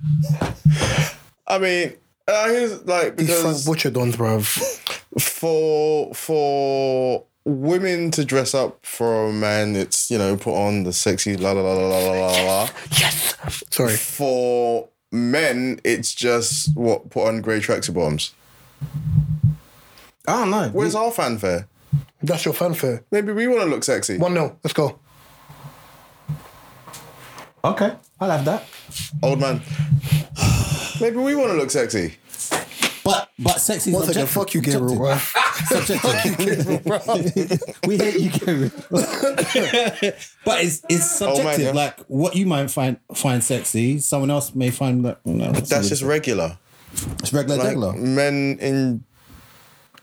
I mean, uh, here's like These Frank because Butcher dons, bruv. for for women to dress up for a man, it's you know put on the sexy la la la la la la la. la. Sorry. For men, it's just what put on grey tracksuit bottoms. I don't know. Where's our fanfare? That's your fanfare. Maybe we want to look sexy. One 0 Let's go. Okay, I'll have that. Old man. Maybe we want to look sexy. But but sexy is One second, objective. fuck you, Gabriel. Objective. bruv. Subjective. we hate you, Gabriel. but it's it's subjective. Oh, yeah. Like what you might find find sexy, someone else may find that. No, That's just regular. it's regular Like degular. men in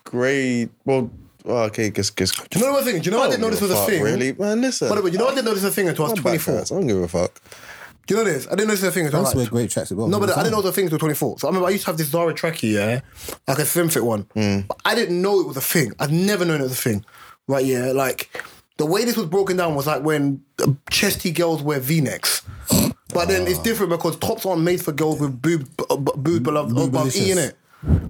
grey. Well, oh, okay, guess guess. Do you know what I was thinking? Do you know I didn't know this was a thing? Really, man. Listen. By the way, you know I didn't know this was a thing until I was I'm back, 24. guys. I don't give a fuck. Do Do you know this? I didn't know this was a thing. until Those like- were great tracks as well. No, but I didn't know Some- the things were 24. So I remember I used to have this Zara trackie, yeah, like a slim fit one. Hmm. But I didn't know it was a thing. I'd never known it was a thing. Right, yeah, like the way this was broken down was like when uh, chesty girls wear V-necks. But then Ah. it's different because tops aren't made for girls with boob, b- b- boob above, above E in Boobalicious. it.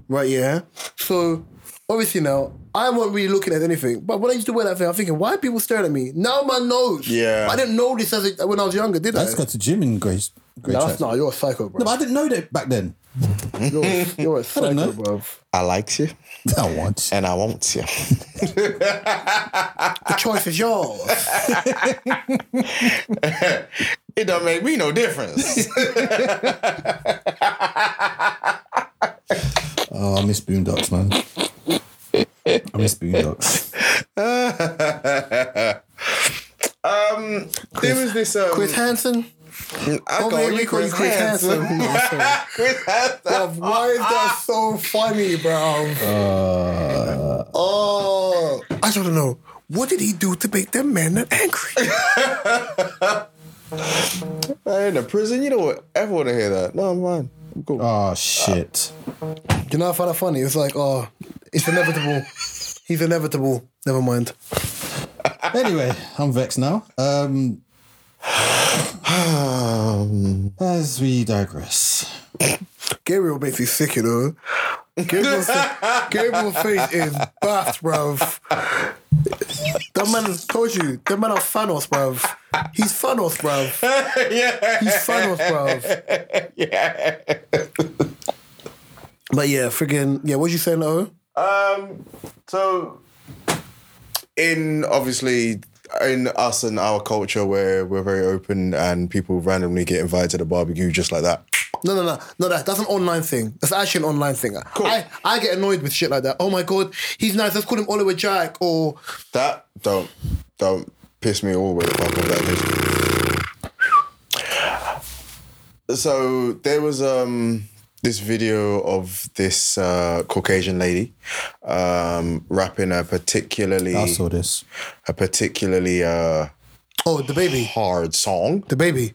Right, yeah. So obviously now I wasn't really looking at anything. But when I used to wear that thing, I'm thinking, why are people staring at me? Now my nose. Yeah. I didn't know this as a, when I was younger, did I I? just got to gym in great, great Nah, tracks. that's not. You're a psycho, bro. No, but I didn't know that back then. You're, a- you're a don't psycho, know. bruv. I liked you I want. and I want you. The choice is yours. It don't make me no difference. Oh, I miss Boondocks, man. I miss Boondocks. um, there was this. Um, Chris Hansen? I call Oh, man, we you call you Chris Chris Hansen. Hansen. Chris Hansen. Bruv, why is that so funny, bro? Uh, oh. I just want to know, what did he do to make them men that angry? I in the prison. You don't ever want to hear that. No, I'm fine. I'm cool. Oh shit. you know, I found that funny. It's like, oh, it's inevitable. He's inevitable. Never mind. Anyway, I'm vexed now. Um, as we digress, Gabriel makes me sick, you know. Gabriel's, Gabriel's face is buffed, bruv. That man told you, that man of Thanos, bruv. He's Thanos, bruv. yeah. He's Thanos, bruv. Yeah. But yeah, friggin', yeah, what you saying, though? Um. So, in obviously in us and our culture, where we're very open and people randomly get invited to the barbecue just like that. No, no, no, no. That, that's an online thing. That's actually an online thing. I, I get annoyed with shit like that. Oh my god, he's nice. Let's call him Oliver Jack or That don't don't piss me all the way the fuck off that is. So there was um this video of this uh, Caucasian lady um, rapping a particularly I saw this. a particularly uh, oh the baby, hard song. the baby.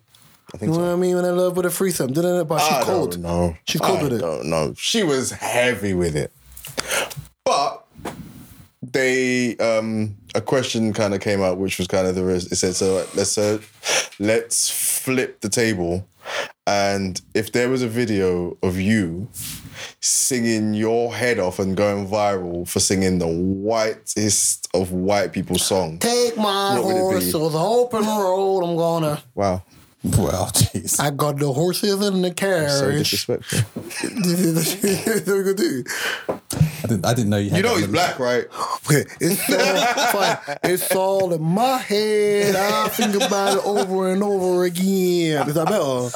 I think You so. know what I mean? When I love with a threesome, da-da-da, but she's I cold. don't know. She's cold I with it. don't know. She was heavy with it. But they um a question kind of came out which was kind of the risk. It said so let's uh, let's flip the table and if there was a video of you singing your head off and going viral for singing the whitest of white people's song. Take my What would it be? horse to the open road. I'm gonna. Wow. Well, jeez. I got the horses in the So carriage. disrespectful. this is the shit that we gonna do. I didn't. I didn't know you. Had You know that he's on black, right? Okay, it's all fine. It's all in my head. I think about it over and over again. Is that better?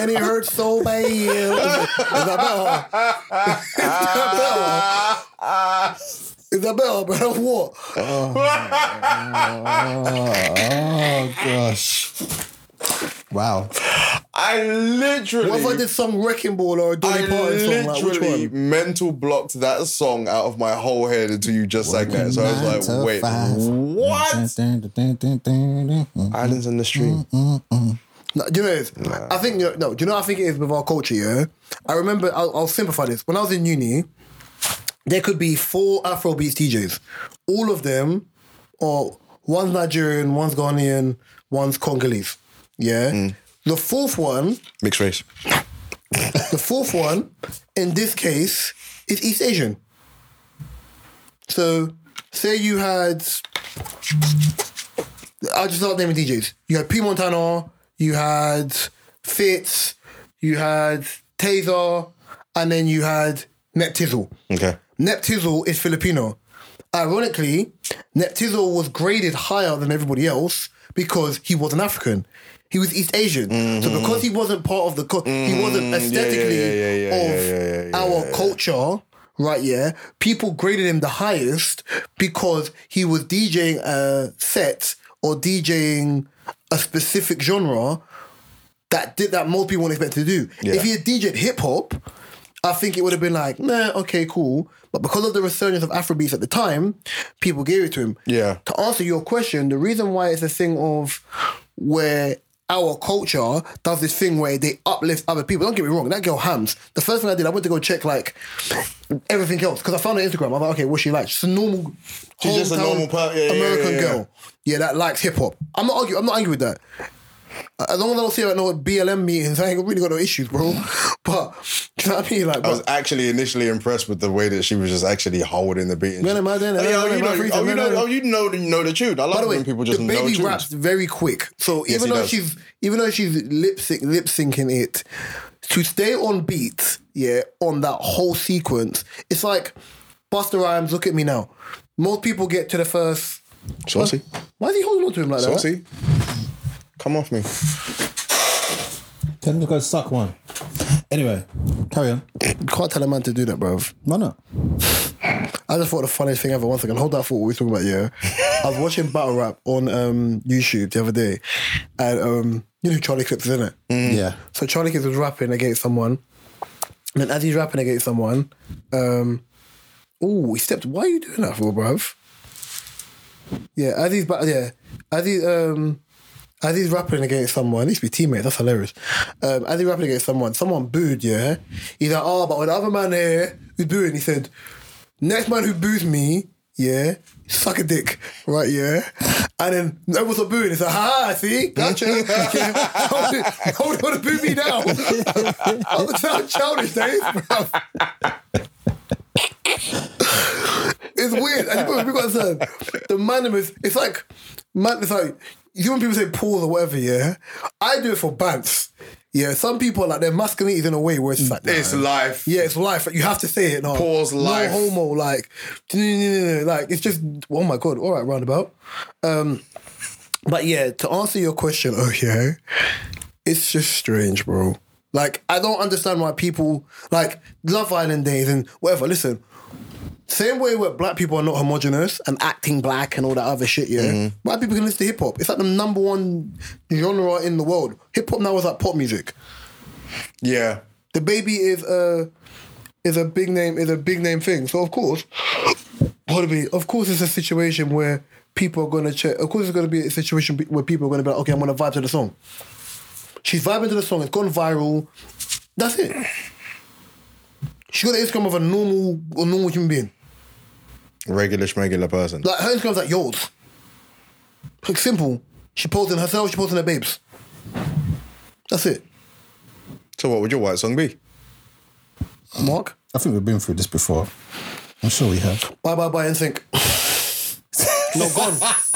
And it hurts so bad. Is that better? Is that better? But I'm what? the- Oh gosh. Wow. I literally What if I did some wrecking ball or a Dolly I Parton literally song? Like which one? mental blocked that song out of my whole head until you just sang that. So I was Nine like, to wait, five. what? Dun, dun, dun, dun, dun, dun, dun. Islands in the stream. No, do you know this? I think you know- no. Do you know? what I think it is with our culture. Yeah, I remember. I'll, I'll simplify this. When I was in uni, there could be four Afrobeats DJs. All of them, or one's Nigerian, one's Ghanaian, one's Congolese. Yeah. Mm. The fourth one, Mixed race. the fourth one, in this case, is East Asian. So, say you had, I'll just start naming DJs. You had P Montana, you had Fitz, you had Taser, and then you had Neptizzle. Okay. Neptizzle is Filipino. Ironically, Neptizzle was graded higher than everybody else because he was an African. He was East Asian. So Mm-hmm. because he wasn't part of the co- he wasn't aesthetically yeah, yeah, yeah, yeah, of yeah, yeah, our yeah, yeah. culture, right? Yeah. People graded him the highest because he was DJing a set or DJing a specific genre that did that most people weren't expected to do. Yeah. If he had DJed hip hop, I think it would have been like, nah, okay, cool. But because of the resurgence of Afrobeats at the time, people gave it to him. Yeah. To answer your question, the reason why it's a thing of where our culture does this thing where they uplift other people. Don't get me wrong, that girl hams. The first thing I did, I went to go check like everything else because I found her Instagram. I'm like, okay, what's she like? She's a normal, She's just a hometown normal per- yeah, yeah, American yeah, yeah. girl. Yeah, that likes hip hop. I'm not arguing. I'm not arguing with that. As long as I don't see her at no BLM meetings, I ain't really got no issues, bro. But do you know what I mean? Like, I bro, was actually initially impressed with the way that she was just actually holding the beat. and Man, shit. am I doing it? Oh, yeah, Man, oh, you am I know, free to- oh, you man, know, man. oh, you know, the- know the truth. I By love the when way, people just the know baby truth. raps very quick. So Yes, even he though does. she's even though she's lip sync lip syncing it, to stay on beat, yeah, on that whole sequence, it's like Buster Rhymes. Look at me now. Most people get to the first. Saucy, Why is he holding on to him like that? saucy, come off me. Tell him to go suck one. Anyway, carry on. You can't tell a man to do that, bruv. Why not? I just thought the funniest thing ever. One second, hold that thought. What we talking about? Yeah, I was watching battle rap on um, YouTube the other day, and um, you know who Charlie Clips is in it. Mm. Yeah. So Charlie Kids was rapping against someone. And then as he's rapping against someone, um, oh, he stepped. Why are you doing that for, bruv? Yeah, as he's ba- yeah, as he's um, as he's rapping against someone, he should be teammates. That's hilarious. Um, as he's rapping against someone, someone booed. Yeah, he's like, oh, but when the other man here who's booing, he said, next man who boos me, yeah, suck a dick, right? Yeah, and then everyone's not booing. It's like, ha, see, gotcha. Yeah. Hold it, hold on to boo me now. I was so childish, Dave. bruv. It's weird. And you we got to the man is it's like man it's like you know when people say pause or whatever, yeah? I do it for bants. Yeah, some people like their masculinity is in a way where it's just like It's life. yeah, it's life. Like, you have to say it. No, Pause life. No homo. Like, like it's just. Oh my god! All right, roundabout. Um, but yeah, to answer your question, oh yeah, it's just strange, bro. Like, I don't understand why people like Love Island days and whatever. Listen, same way where black people are not homogenous and acting black and all that other shit, yeah. Mm-hmm. Black people can listen to hip hop. It's like the number one genre in the world. Hip hop now is like pop music. yeah. The baby is a is a big name is a big name thing. So of course, pardon me, of course it's a situation where people are gonna check. Of course it's gonna be a situation be- where people are gonna be like, okay, I'm gonna vibe to the song. She's vibing to the song. It's gone viral. That's it. She got the Instagram of a normal a normal human being. Regular schmegular person. Like her Instagram's like yours. Like simple. She posting herself. She posting her babes. That's it. So what would your white song be? Mark. I think we've been through this before. I'm sure we have. Bye bye bye and think. no, gone,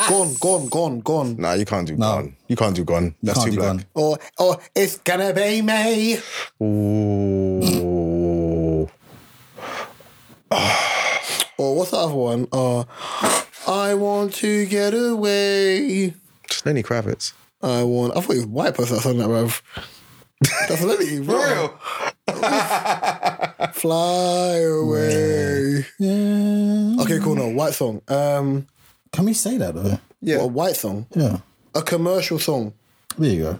gone, gone, gone, gone. Nah, you can't do gone. You can't do gone. That's can't too do black. Gone. Or or it's gonna be me. Ooh. Or what's the other one? Uh, I want to get away. Just Lenny Kravitz. I want. I thought it was white person that sang that, bruv. That's literally bro. Fly away. Yeah. Oh, Okay, cool. No white song. Um, Can we say that though? Yeah. a white song, Yeah. a commercial song. There you go.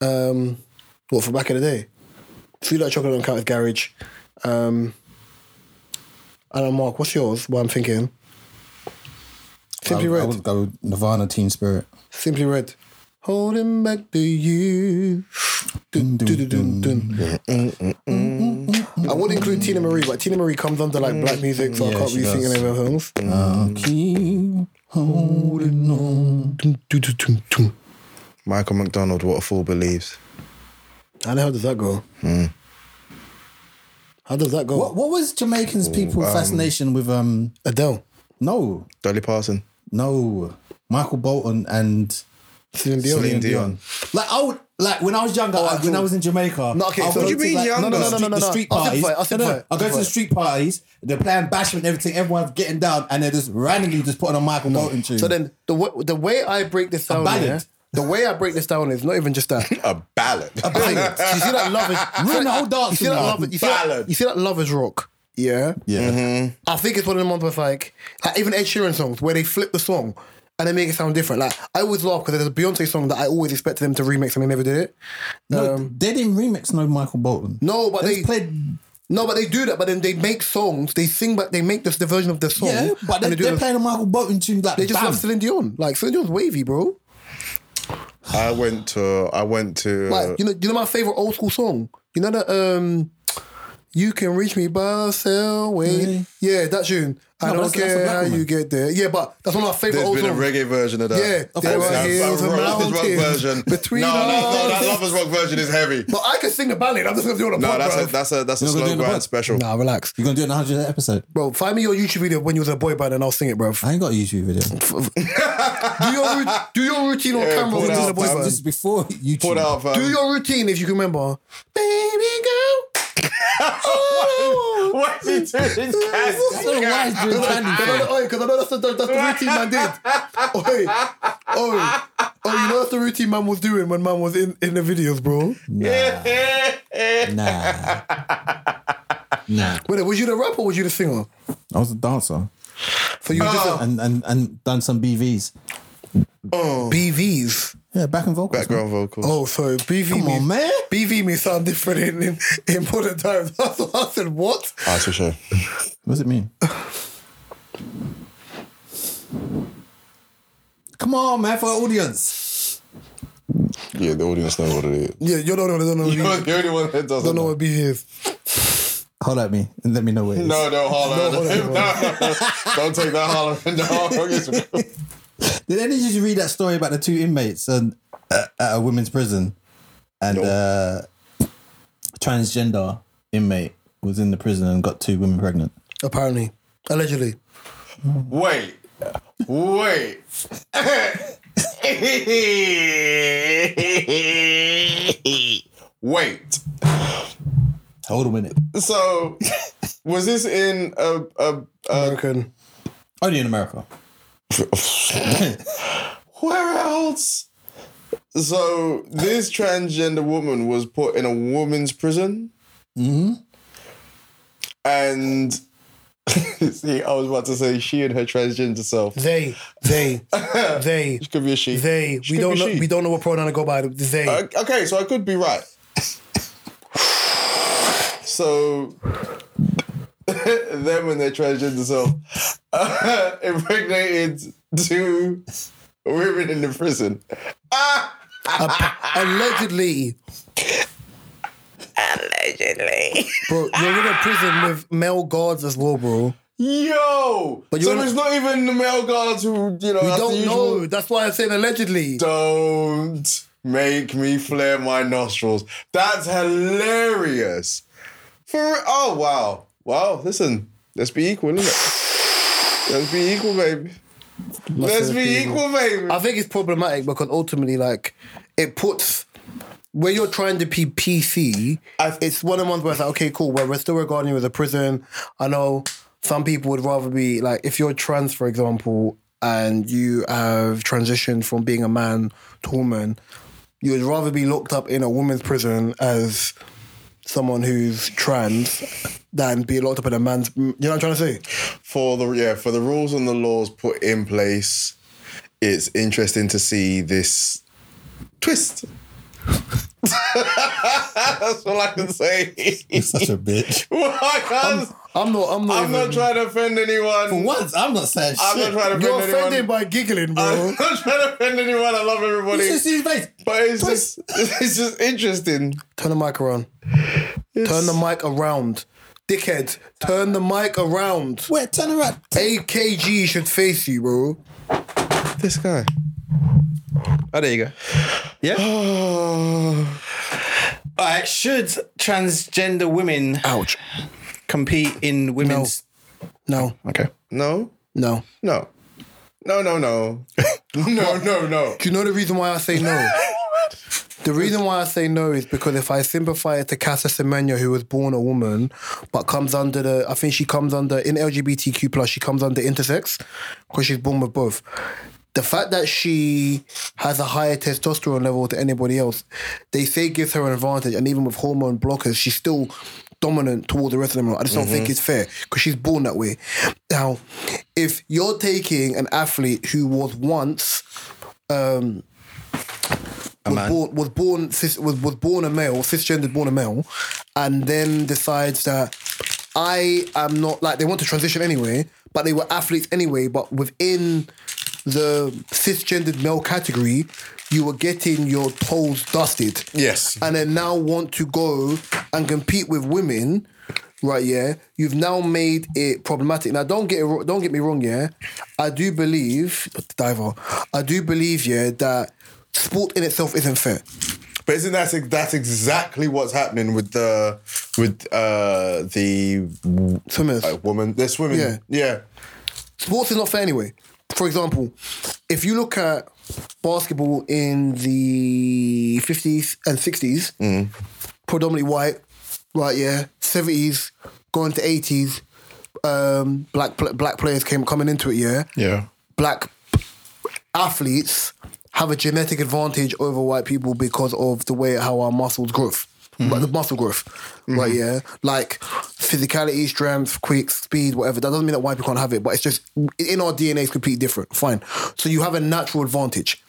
Um, what for back in the day? Food like chocolate on Count's garage. Um, I don't know, Mark. What's yours? What I'm thinking. Simply I, would- I red. would go with Nirvana Teen Spirit. Simply red. Holding back the you. Dun, dun, dun, dun, dun. Mm, I would include Tina Marie, but Tina Marie comes under like black music, so I Yeah, can't she really sing does. any of her songs. Keep holding on. Dun, dun, dun, dun, dun. Michael McDonald, What a Fool Believes. How the hell does that go? How does that go? Hmm. What, what was Jamaicans people fascination with um Adele. no Dolly Parton. no Michael Bolton and Celine Dion. Oh, Celine Celine Dion. Like I would, like when I was younger, I- when I was in Jamaica. No, okay, I so- What go do you to, mean like, younger? No, no, no, no, no, no. The street I'll sit parties. for it, I'll sit No, no, for it, I sit go to for the it. street parties. They're playing bashment and everything. Everyone's getting down, and they're just randomly just putting a Michael Bolton tune. So then the w- the way I break this down, Mm. ballad. yeah, the way I break this down is not even just that. You A ballad. Bang. see that love is Ruin the whole You dance. see that love. You Mm-hmm. see that, Ballad. you see that love is rock. Yeah. yeah. I think it's one of them ones where it's like, like even Ed Sheeran songs where they flip the song and they make it sound different. Like I always laugh because there's a Beyonce song that I always expected them to remix and they never did it. No, they didn't remix no Michael Bolton. Um, No, but they they- just played. No, but they do that. But then they make songs. They sing, but they make this the version of the song. Yeah, but and they, do they it- playing a Michael Bolton tune. Like They just bam. love Celine Dion. Like Celine Dion's wavy, bro. I went to I went to Like, you know, you know my favorite old school song. You know that um, you can reach me by way. Yeah, that tune. I No, but don't that's- that's a care black how woman. you get there. Yeah, but that's one of my favorite There's old been a songs. reggae version of that. Yeah, And there there's are a hills and Lovers rock mountains version. between no, no, no, us. that lovers rock version is heavy. But I can sing a ballad. I'm just gonna do it on a No, pod, that's bro. a that's a that's a You're not slow gonna do it in a grind pod? special. Nah, relax, You're gonna do it in the hundredth episode. bro. Find me your YouTube video when you was a boy band, and I'll sing it, bro. I ain't got a YouTube video. Do your ru- do your routine on Yeah, camera pull when it you was out, a boy fam. band. This is before YouTube. Put out fam. Do your routine if you can remember. Baby girl. Oh. What's he doing? I don't know why he's doing candy. Because I, know- oi, 'cause I know that's the, that's the routine man did. Oi, oi, oi, you know that's the routine man was doing when man was in, in the videos, bro. Nah. Nah. Wait, was you the rapper or was you the singer? I was a dancer So you were Oh. just and, and, and done some BVs. BVs. Yeah, back and vocals. background vocals. Oh, sorry. BV Come me, on, man. BV me sound different in, in, in modern times. That's what I said, what? Ah, for sure. What's it mean? Come on, man, for our audience. Yeah, the audience know what it is. Yeah, you don't know, don't know, You're don't the only one that doesn't. know know. what BV is. Hold at me and let me know where it is. No, don't holler. hold at on, him. hold on. Don't take that hollering dog. Did any of you read that story about the two inmates and, uh, at a women's prison? And No. uh, transgender inmate was in the prison and got two women pregnant. Apparently. Allegedly. Wait. Wait. Wait. Hold a minute. So, was this in a, a, a American. Only in America. where else? So, this transgender woman was put in a woman's prison. Mm-hmm. And see, I was about to say she and her transgender self. They, they, they, She could be a she. they. She We could don't be know. she. We don't know what pronoun to go by. They. Uh, okay, so I could be right. so them and their transgender self uh, impregnated two women in the prison. Allegedly. Allegedly. Bro, you're in a prison with male guards as well, bro. Yo, But so you're- it's not even the male guards who you know. We that's the don't usual- know. That's why I said allegedly. Don't make me flare my nostrils. That's hilarious. For oh wow, wow. Listen, let's be equal, innit? Let's be equal, baby. Let's be equal, baby. I think it's problematic because ultimately, like, it puts when you're trying to be PC, I- it's one of the ones where it's like, okay, cool, where we're still regarding you as a prison. I know some people would rather be like, if you're trans, for example, and you have transitioned from being a man to a woman, you would rather be locked up in a woman's prison as someone who's trans than be locked up in a man's. You know what I'm trying to say? For the yeah, for the rules and the laws put in place, it's interesting to see this twist. That's all I can say. He's such a bitch. I can't, I'm not. I'm not. I'm not even- trying to offend anyone. Once, I'm not saying I'm not shit. trying to You're offend anyone. offended by giggling, bro. I'm not trying to offend anyone. I love everybody. You should see his face. but it's just it's just interesting. Turn the mic around. Turn the mic around. Dickhead, turn the mic around. Wait, turn around. AKG should face you, bro. This guy. Oh, there you go. Yeah. All right. Should transgender women Ouch. compete in women's? No, Okay. No, no. no, no, no, no, no, no, no. Do you know the reason why I say no? the reason why I say no is because if I sympathize to Casa Semenya, who was born a woman, but comes under the, I think she comes under, in LGBTQ, plus, she comes under intersex because she's born with both. The fact that she has a higher testosterone level to anybody else, they say gives her an advantage. And even with hormone blockers, she's still dominant toward the rest of them. I just don't think it's fair because she's born that way. Now, if you're taking an athlete who was once was born was born cis, was, was born a male, cisgendered, born a male, and then decides that I am not like they want to transition anyway, but they were athletes anyway, but within the cisgendered male category, you were getting your toes dusted. Yes. And then now want to go and compete with women, right? Yeah, you've now made it problematic. Now, don't get it, wro- don't get me wrong. Yeah, I do believe diver. I do believe yeah that sport in itself isn't fair. But isn't that that's exactly what's happening with the with uh the Swimmers. uh, woman? This women, Yeah. yeah. sports is not fair anyway. For example, if you look at basketball in the 50s and 60s, predominantly white, right? Yeah, 70s, going to 80s, um, black pl- black players came coming into it. Yeah, Yeah. black athletes have a genetic advantage over white people because of the way how our muscles grow. Like the muscle growth, right? Yeah, like physicality, strength, quick speed, whatever. That doesn't mean that white people can't have it, but it's just in our DNA is completely different. Fine, so you have a natural advantage.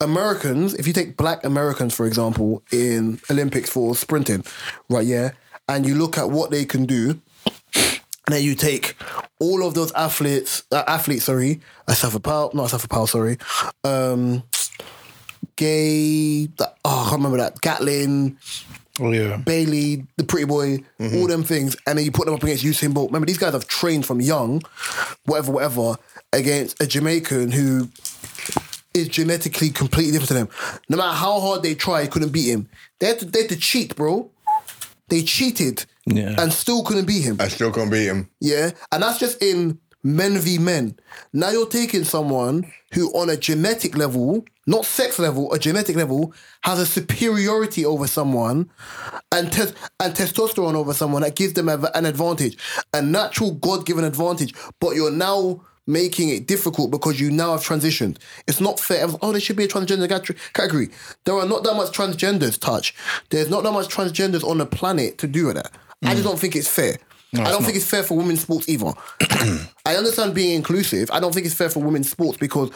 Americans, if you take black Americans, for example, in Olympics for sprinting, right? Yeah, and you look at what they can do, and then you take all of those athletes, uh, athletes, sorry, Asafa Powell, not Asafa Powell, sorry, um, Gay, that- oh, I can't remember that, Gatlin, Oh yeah. Bailey, the pretty boy, all them things, and then you put them up against Usain Bolt. Remember, these guys have trained from young, whatever, whatever, against a Jamaican who is genetically completely different to them. No matter how hard they try, couldn't beat him. They had to, they had to cheat, bro. They cheated Yeah. and still couldn't beat him. I still can't beat him. Yeah. And that's just in men v men. Now you're taking someone who, on a genetic level, not sex level, a genetic level, has a superiority over someone and, tes- and testosterone over someone that gives them a- an advantage, a natural God given advantage. But you're now making it difficult because you now have transitioned. It's not fair. Everyone's, Oh, there should be a transgender cat- category. There are not that much transgenders, touch. There's not that much transgenders on the planet to do with that. I just don't think it's fair. I don't think it's fair for women's sports either. I understand being inclusive. I don't think it's fair for women's sports because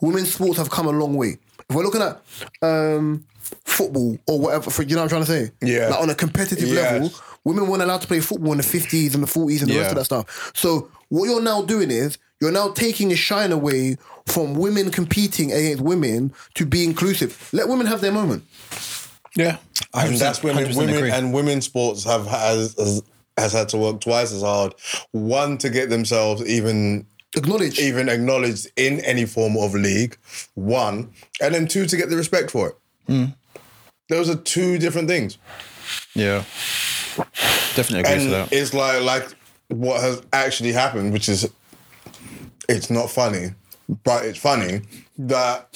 women's sports have come a long way. If we're looking at um, football or whatever, for, you know what I'm trying to say? Yeah. Like on a competitive Yeah. level, women weren't allowed to play football in the 50s and the 40s and the rest Yeah. of that stuff. So what you're now doing is you're now taking a shine away from women competing against women to be inclusive. Let women have their moment. Yeah. And that's when it- women agree. and women's sports have has, has has had to work twice as hard. One to get themselves even Acknowledge. even acknowledged in any form of league. One, and then two to get the respect for it. Hmm. Those are two different things. yeah. Definitely agree to and that. it's like like what has actually happened, which is it's not funny, but it's funny that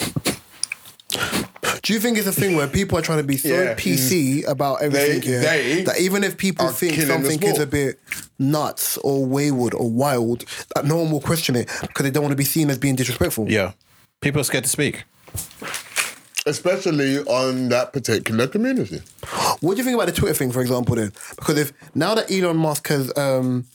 Do you think it's a thing where people are trying to be so Yeah. Mm. PC about everything They- yeah, they that even if people are think killing the something is sport. a bit nuts or wayward or wild, that no one will question it because they don't want to be seen as being disrespectful? Yeah. People are scared to speak. especially on that particular community. What do you think about the Twitter thing, for example? Then, because if now that Elon Musk has um,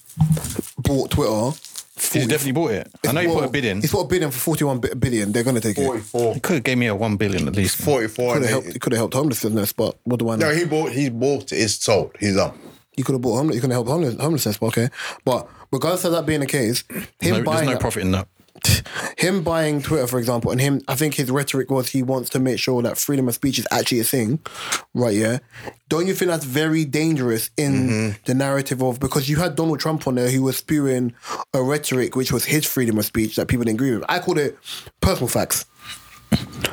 bought Twitter, He's definitely bought it. I know you put a bid in. He's put a bid in for forty-one bi- billion. They're gonna take it. 44. He could have gave me a one billion at least. man. 44. Could and have helped. eight- It could have helped homelessness, but what do I know? No, he bought. He bought. It's sold. He's um, up. you could have bought homeless. You could have helped homeless, homelessness, but okay. But regardless of that being the case, him No, there's buying no profit in that. him buying Twitter, for example, and him, I think his rhetoric was he wants to make sure that freedom of speech is actually a thing, right? Yeah. Don't you think that's very dangerous in the narrative of because you had Donald Trump on there who was spewing a rhetoric which was his freedom of speech that people didn't agree with. I called it personal facts.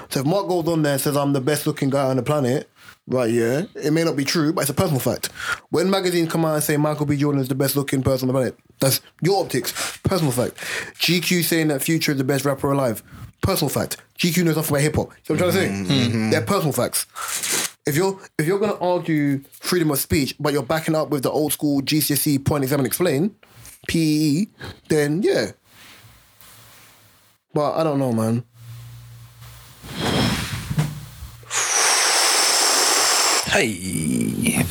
So if Mark goes on there and says I'm the best looking guy on the planet, right? Yeah, it may not be true, but it's a personal fact. When magazines come out and say Michael B. Jordan is the best looking person on the planet, that's your optics, personal fact. GQ saying that Future is the best rapper alive, personal fact. GQ knows nothing about hip hop. See what I'm trying to say? They're personal facts. If you're if you're gonna argue freedom of speech, but you're backing up with the old school GCSE E point exam and explain, PE, then yeah. But I don't know, man. Hey.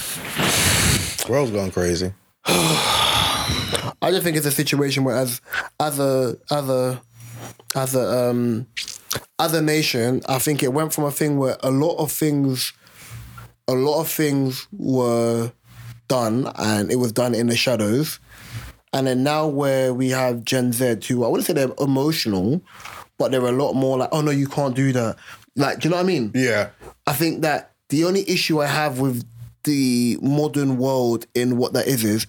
World's gone crazy. I just think it's a situation where as as a as a as a um as a nation, I think it went from a thing where a lot of things a lot of things were done and it was done in the shadows. And then now where we have Gen Z who I wouldn't say they're emotional, but they're a lot more like, oh no, you can't do that. Like, do you know what I mean? Yeah. I think that the only issue I have with the modern world in what that is is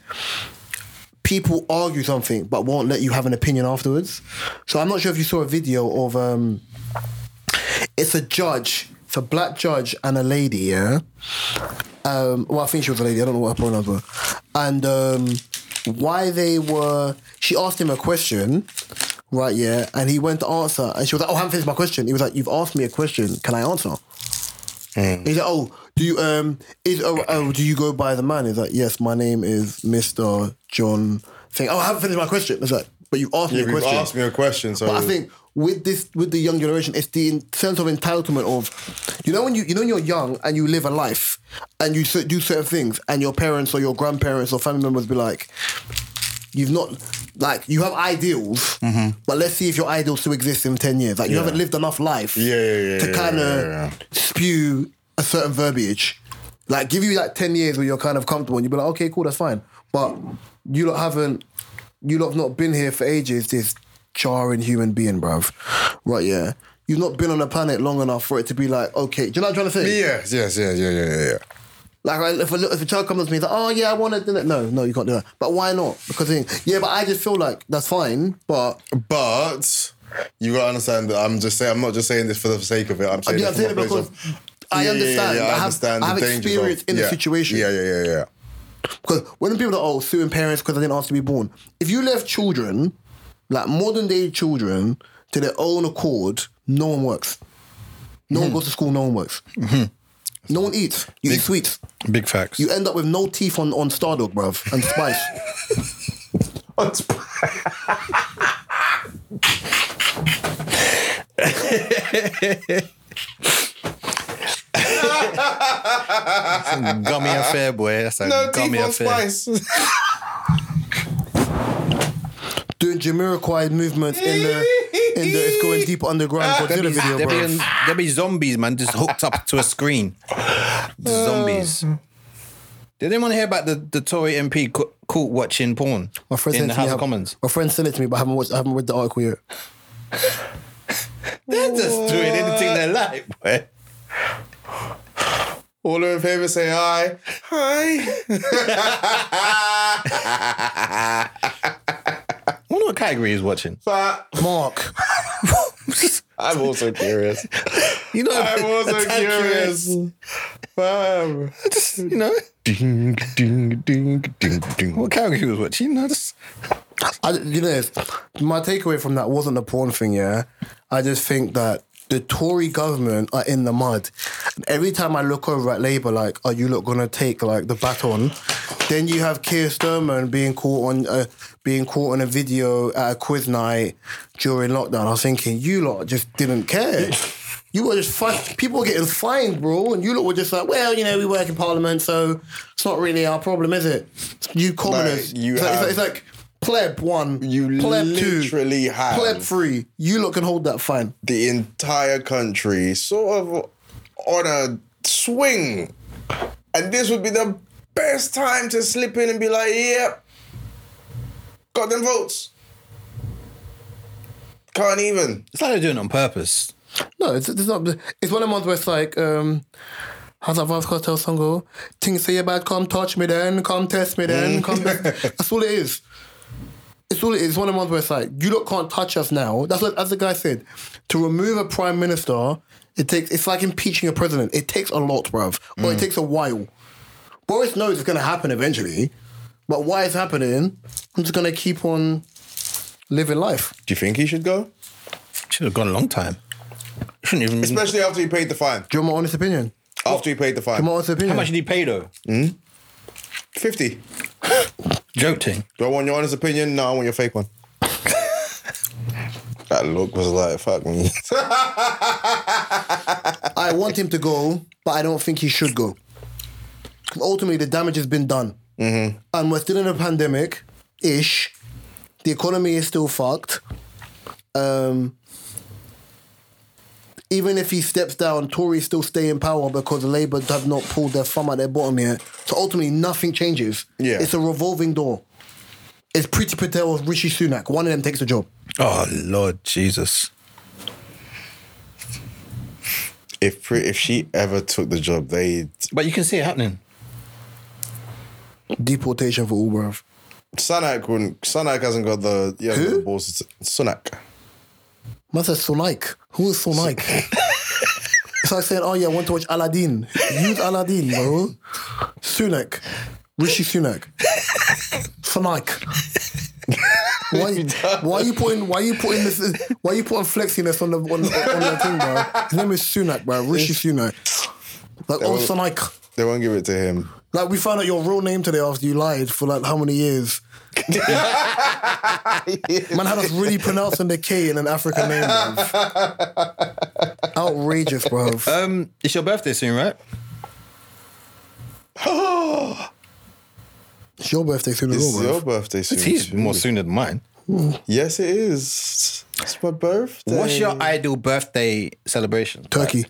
people argue something but won't let you have an opinion afterwards. So I'm not sure if you saw a video of um it's a judge, it's a black judge and a lady, yeah. Um well I think she was a lady, I don't know what her pronouns were. And um why they were she asked him a question Right, yeah, and he went to answer, and she was like, "Oh, I haven't finished my question." He was like, "You've asked me a question. Can I answer?" He's like, oh, do you um is oh, oh do you go by the man? He's like, yes, my name is Mister John. Thing. Oh, I haven't finished my question. It's like, but you asked me You've a question. asked me a question, so But I think with this, with the young generation, it's the in- sense of entitlement of, you know, when you you know when you're young and you live a life, and you cer- do certain things, and your parents or your grandparents or family members be like, you've not like you have ideals, Mm-hmm. but let's see if your ideals still exist in ten years. Like you haven't lived enough life, Yeah, yeah, yeah, to yeah, kind of yeah, yeah. spew a certain verbiage. Like give you like ten years where you're kind of comfortable and you'll be like, okay, cool, that's fine. But you lot haven't you lot have not been here for ages, this jarring human being, bruv. Right, yeah. You've not been on the planet long enough for it to be like, okay, do you know what I'm trying to say? Yes, yes, yes, yeah, yeah, yeah, yeah. Like I- if a, if a child comes up to me, he's like, oh yeah, I want to do that. No, no, you can't do that. But why not? Because then, yeah, but I just feel like that's fine. But But you gotta understand that I'm just saying I'm not just saying this for the sake of it. I'm saying, yeah, it I'm from saying it a place because of- I Yeah, yeah, yeah, yeah, understand. I have, understand I have the danger of- experience in the yeah. situation. Yeah, yeah, yeah, yeah. Because when people are oh suing parents because they didn't ask to be born, if you left children, like modern day children, to their own accord, no one works. No one goes to school. No one works. No one eats. You eat sweets. Mm-hmm. Big facts. You end up with no teeth on on Stardog, bruv, and spice. gummy affair, boy. That's a gummy affair. Doing Jamiroquai movements in the in the it's going deep underground Godzilla video, There bruv. be, there be zombies, man, just hooked up to a screen. Zombies. Did anyone hear about the, the Tory MP ca- caught watching porn My friend in sent the it to me, House I- of Commons? My friend sent it to me, but I haven't watched. I haven't read the article yet. They're just doing anything they like, boy. All in favor say hi. Hi. I wonder what category he's watching. But Mark, I'm also curious. You know, I'm also attack you. curious. Um. Fam. Just, you know, Ding, ding, ding, ding, ding. what category he was watching. You know, just, I, you know, my takeaway from that wasn't the porn thing. Yeah, I just think that the Tory government are in the mud. And every time I look over at Labour, like, are you lot gonna take like the baton? Then you have Keir Starmer being caught on uh, being caught on a video at a quiz night during lockdown. I was thinking, you lot just didn't care. You were just fi- people were getting fined, bro, and you lot were just like, well, you know, we work in Parliament, so it's not really our problem, is it? You commoners, you it's, like, it's have- like- it's like pleb one, You pleb literally two, have- pleb three. You lot can hold that fine. The entire country sort of on a swing. And this would be the best time to slip in and be like, yep. Got them votes. Can't even. it's like they're doing it on purpose. No, it's, it's not. It's one of the ones where it's like, um, how's that Vance Cartel song go? Things say about come touch me then, come test me then, Mm. come. test-" That's all it is. It's all it is. It's one of the ones where it's like, you lot can't touch us now. That's what, as the guy said, to remove a prime minister, it takes. It's like impeaching a president. It takes a lot, bruv, or Mm. it takes a while. Boris knows it's going to happen eventually, but why it's happening, I'm just going to keep on living life. Do you think he should go? Should have gone a long time. Shouldn't even. Been, Especially after he paid the fine. Do you want my honest opinion? After he paid the Do you want fine. my honest opinion? how much did he pay though? 50. Joke thing. Do I want your honest opinion? No, I want your fake one. that look was like, fuck me. I want him to go, but I don't think he should go. 'Cause ultimately, the damage has been done. And we're still in a pandemic ish. The economy is still fucked. Um, even if he steps down, Tories still stay in power because Labour have not pulled their thumb at their bottom yet. So ultimately, nothing changes. Yeah. It's a revolving door. It's Pretty Patel or Rishi Sunak. One of them takes the job. Oh Lord Jesus. If Pri- if she ever took the job, they But you can see it happening. Deportation for all, bruv. Sunak wouldn't. Sunak hasn't got the yeah Who? the balls. To, Sunak. Man says Sonaik. Who is Sonaik? it's like saying, oh yeah, I want to watch Aladdin. Use Aladdin, bro. Sunak. Rishi Sunak. Sonaik. Why, why are you putting why are you putting this why are you putting flexiness on the on, on the thing, bro? His name is Sunak, bro. Rishi Sunak. Like oh was- Sonaik. They won't give it to him. Like we found out your real name today after you lied for like how many years? Man had us really pronouncing the K in an African name. Bruv. Outrageous, bruv. Um, it's your birthday soon, right? It's your birthday soon as It's well, your bruv. birthday soon. He's more sooner than mine. Yes, it is. It's my birthday. What's your ideal birthday celebration? Turkey.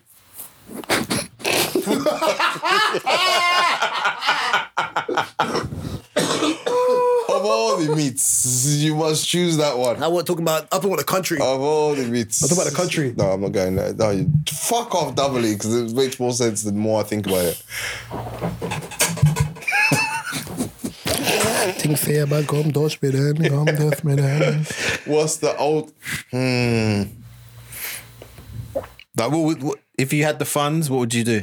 of all the meats? You must choose that one. I want talking about. I'm talking about the country. Of all the meats. talk about the country. No, I'm not going there. No, you, fuck off doubly because it makes more sense the more I think about it. Things say about come Deutsch mit an, come Deutsch mit an. What's the old? Like, what, would- what, if you had the funds, what would you do?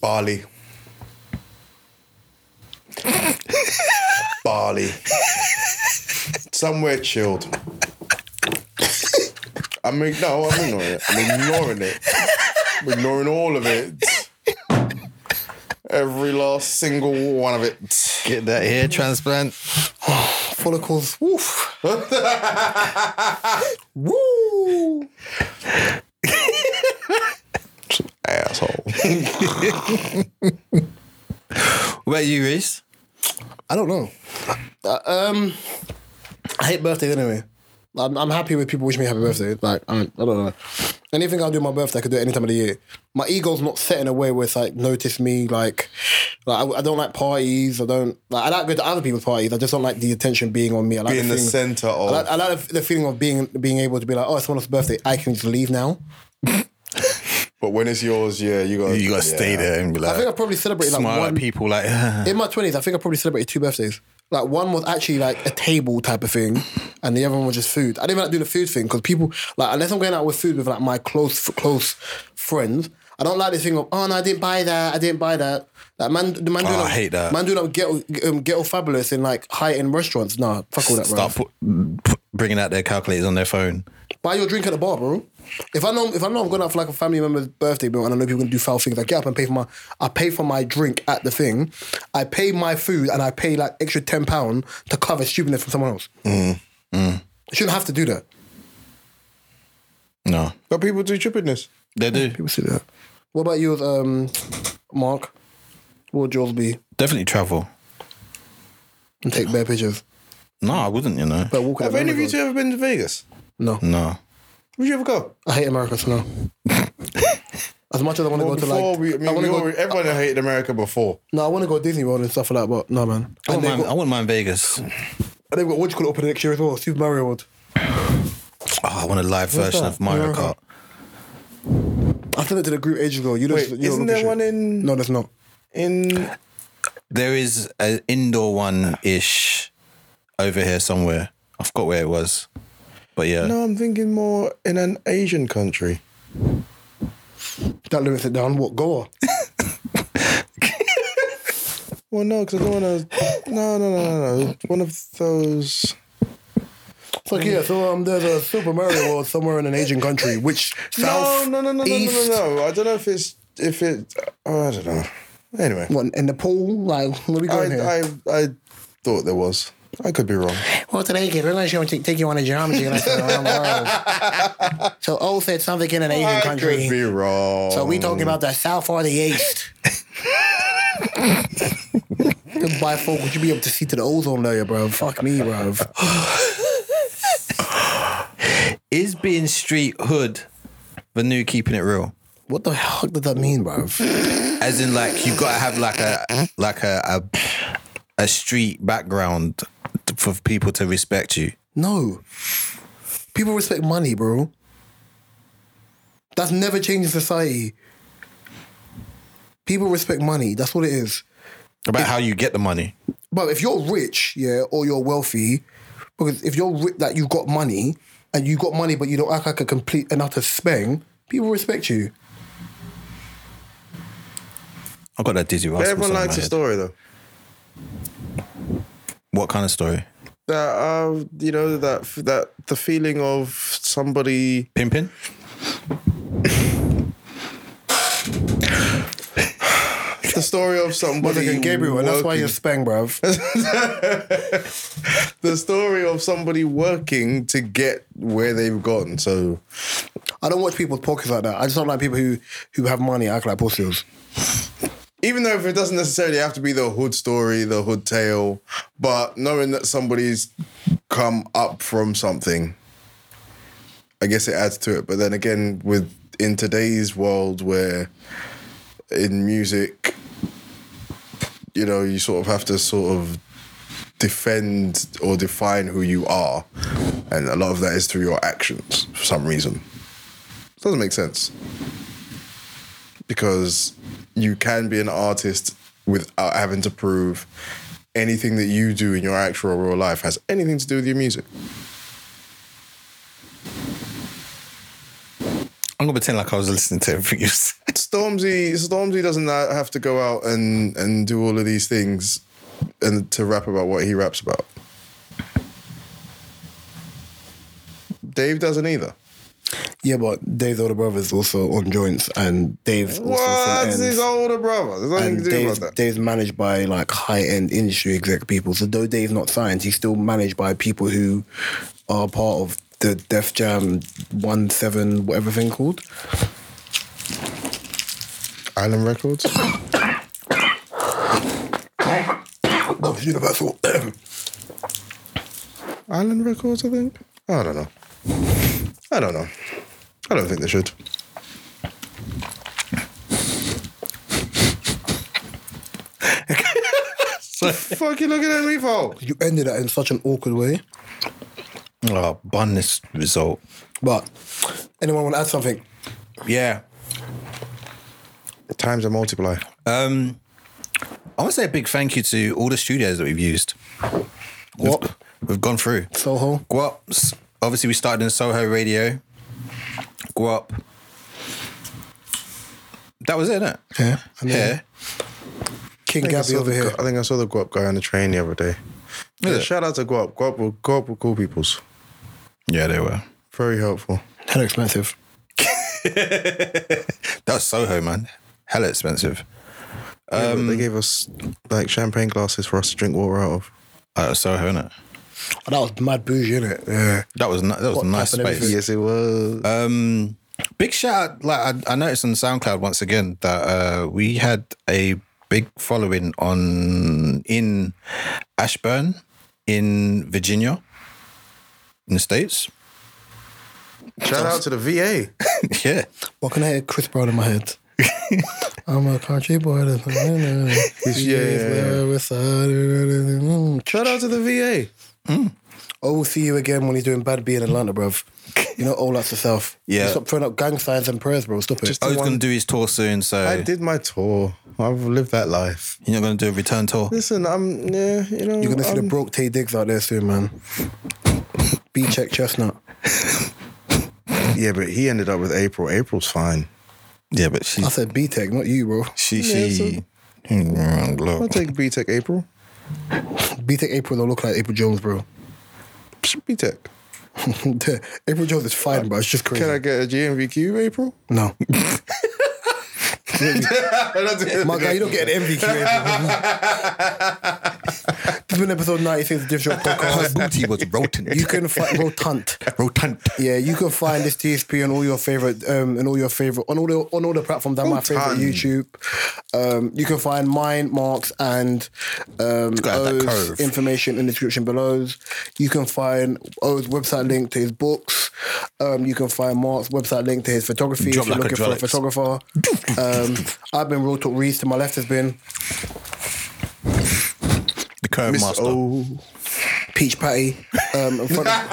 Bali. Bali. Somewhere chilled. I'm ig- no, I'm ignoring it. I'm ignoring it. I'm ignoring all of it. Every last single one of it. Get that hair transplant. Follicles. Woof. Woo. Asshole. What about you, Reese? I don't know. Uh, um, I hate birthdays anyway. I'm, I'm happy with people wishing me happy birthday. Like I don't, I don't know. Anything I do on my birthday, I could do it any time of the year. My ego's not set in a way where it's like notice me. Like, like I, I don't like parties. I don't. Like, I like going to other people's parties. I just don't like the attention being on me. I like Being the feeling- center I like, of. I like the feeling of being being able to be like, oh, it's someone else's birthday. I can just leave now. But when it's yours, yeah, you gotta You gotta yeah. stay there and be like, I think I probably celebrated like smile one at people like. in my twenties, I think I probably celebrated two birthdays. Like one was actually like a table type of thing, and the other one was just food. I didn't even like doing the food thing because people like unless I'm going out with food with like my close close friends, I don't like this thing of oh no, I didn't buy that, I didn't buy that. Like man, the man doing Oh, I up- hate that. Man doing up ghetto, um, ghetto fabulous in like high end restaurants. Nah, fuck all that. Start Stuff. put, put- bringing out their calculators on their phone. Buy your drink at the bar, bro. If I know if I know I'm going out for like a family member's birthday, bro, and I know people can do foul things, I get up and pay for my I pay for my drink at the thing. I pay my food and I pay like extra ten pound to cover stupidness from someone else. You shouldn't have to do that. No, But people do stupidness. they do People see that. What about yours, um, Mark? What would yours be? definitely travel. And take bare pictures. No, I wouldn't. You know, But walk Have any of you two ever been to Vegas? No, no. Would you ever go? I hate America. So no. as much as I want to Well, go to before like, we, I mean, I want we to go. already, everyone hated America before. No, I want to go to Disney World and stuff like that. But no, man. I And wouldn't, they've mind, got- I wouldn't mind Vegas. Oh, And they've got what you call it open next year as well, Super Mario World. Oh, I want a live version that? of Mario Mario Kart. I sent it to the group ages ago. You don't- Wait, you don't isn't look at there shit. one in No, there's not. in There is an indoor one ish over here somewhere. I forgot where it was, but yeah. No, I'm thinking more in an Asian country. That limits it down. What Goa? Well, no, because I don't want to. No, no, no, no, no. One of those. It's like yeah. So um, there's a Super Mario World somewhere in an Asian country, which No, south, no, no, no, no, no, east, no, no. I don't know if it's if it. Oh, I don't know. Anyway, what in Nepal? Like where we going here? I, I I thought there was. I could be wrong. well, today, kid, we're going to take, take you on a geometry lesson around the world. So O said something in an Asian Oh, I could be wrong. talking about the south or the east? Goodbye, folk. Would you be able to see to the ozone layer, bro? Fuck me, bro. Is being street hood the new keeping it real? What the hell does that mean, bro? As in, like you gotta have like a like a a, a street background t- for people to respect you. No. People respect money, bro. That's never changed in society. People respect money. That's what it is. About how you get the money. But if you're rich, yeah, or you're wealthy, because if you're rich, like you've got money and you got money, but you don't act like a complete and utter speng, people respect you. I got that dizzy. rascal Everyone song in likes my a head. story though. What kind of story? That uh, you know that that the feeling of somebody Pimping? the story of somebody Motherfucking Gabriel, and that's why working- you're speng, bruv. the story of somebody working to get where they've gone. So I don't watch people's pockets like that. I just don't like people who who have money act like pussies. even though if it doesn't necessarily have to be the hood story, the hood tale, but knowing that somebody's come up from something, I guess it adds to it. But then again, with in today's world where in music, you know, you sort of have to sort of defend or define who you are. And a lot of that is through your actions for some reason. Doesn't make sense because you can be an artist without having to prove anything that you do in your actual real life has anything to do with your music. I'm going to pretend like I was listening to everything you said. Stormzy Stormzy doesn't na- have to go out and and do all of these things and to rap about what he raps about. Dave doesn't either. Yeah, but Dave's older brother's also on joints, and Dave's also Well, front that's ends. his older brother. There's nothing and to do Dave's, about that. Dave's managed by like high end industry exec people. So though Dave's not signed, he's still managed by people who are part of the Def Jam One Seven whatever thing called. Island Records. That was Universal. Island Records, I think. I don't know. I don't know. I don't think they should. Fuck you looking at me for? you ended that in such an awkward way. Oh, bun this result. But anyone want to add something? Yeah. Times a multiply. Um, I want to say a big thank you to all the studios that we've used. What? We've, we've gone through. Soho. Guaps. Obviously, we started in Soho Radio. Guap. That was it, innit? Yeah. Yeah. King I think I Gabby saw over the- here. I think I saw the Guap guy on the train the other day. Yeah, it? shout out to Guap. Guap were, Guap were cool peoples. Yeah, they were. Very helpful. Hell expensive. That was Soho, man. Hella expensive. Yeah, but they gave us like champagne glasses for us to drink water out of. Uh, Soho, innit? Oh, that was mad bougie, innit? Yeah. That was ni- that was What a nice type and space. everything? Yes, it was. Um, big shout out! Like I, I noticed on SoundCloud once again that uh, we had a big following on in Ashburn in Virginia, in the states. shout out to the VA. yeah, What can I hear Chris Brown in my head? I'm a country boy. that's- Shout out to the VA. Oh, we'll see you again when he's doing Bad B in Atlanta, bruv. You know, all that's yourself. Yeah. Stop throwing up gang signs and prayers, bro. Stop it. Just- oh, he's One- gonna do his tour soon, so I did my tour. I've lived that life. you're not gonna do a return tour. Listen, I'm yeah, you know. You're going to see I'm, the broke Tay Diggs out there soon, man. B check chestnut. yeah, but he ended up with April. April's fine. Yeah, but she I said B tech, not you, bro. she Yeah, she. Mm, I'll Look, take B Tech April. B tech April don't look like April Jones, bro. B Tech. April Jones is fine, bro. It's just crazy. Uh, Can I get a GMVQ April? no. My My guy, you don't get an MVQ. April. this has been episode 96 of Diff Shop her Podcast. booty was rotant. You can find Rotant. rotant. Yeah, you can find this TSP on all your favorite um and all your favorite on all the on all the platforms and my favorite Rotan. YouTube. Um, you can find mine, Marks, and um gotta have that O's curve. information in the description below. You can find O's website link to his books. Um, you can find Mark's website link to his photography Drop if you're like looking for a hydraulics. photographer. Um, I've been Real Talk Reese. To my left has been The curve Miss master. O. Peach Patty. Um, in, front of,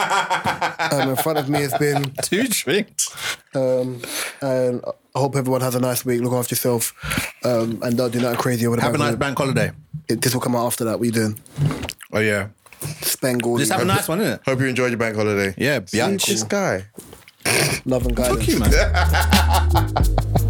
um, in front of me has been, Two drinks. um, and I hope everyone has a nice week. Look after yourself, um, and don't do nothing crazy over the Have a bank nice holiday. bank holiday. It- This will come out after that. What are you doing? Oh yeah. Spend Gordon. Just have a nice one, innit? Hope you enjoyed your bank holiday. Yeah, See yeah, this guy. love and guidance. Fuck you, man.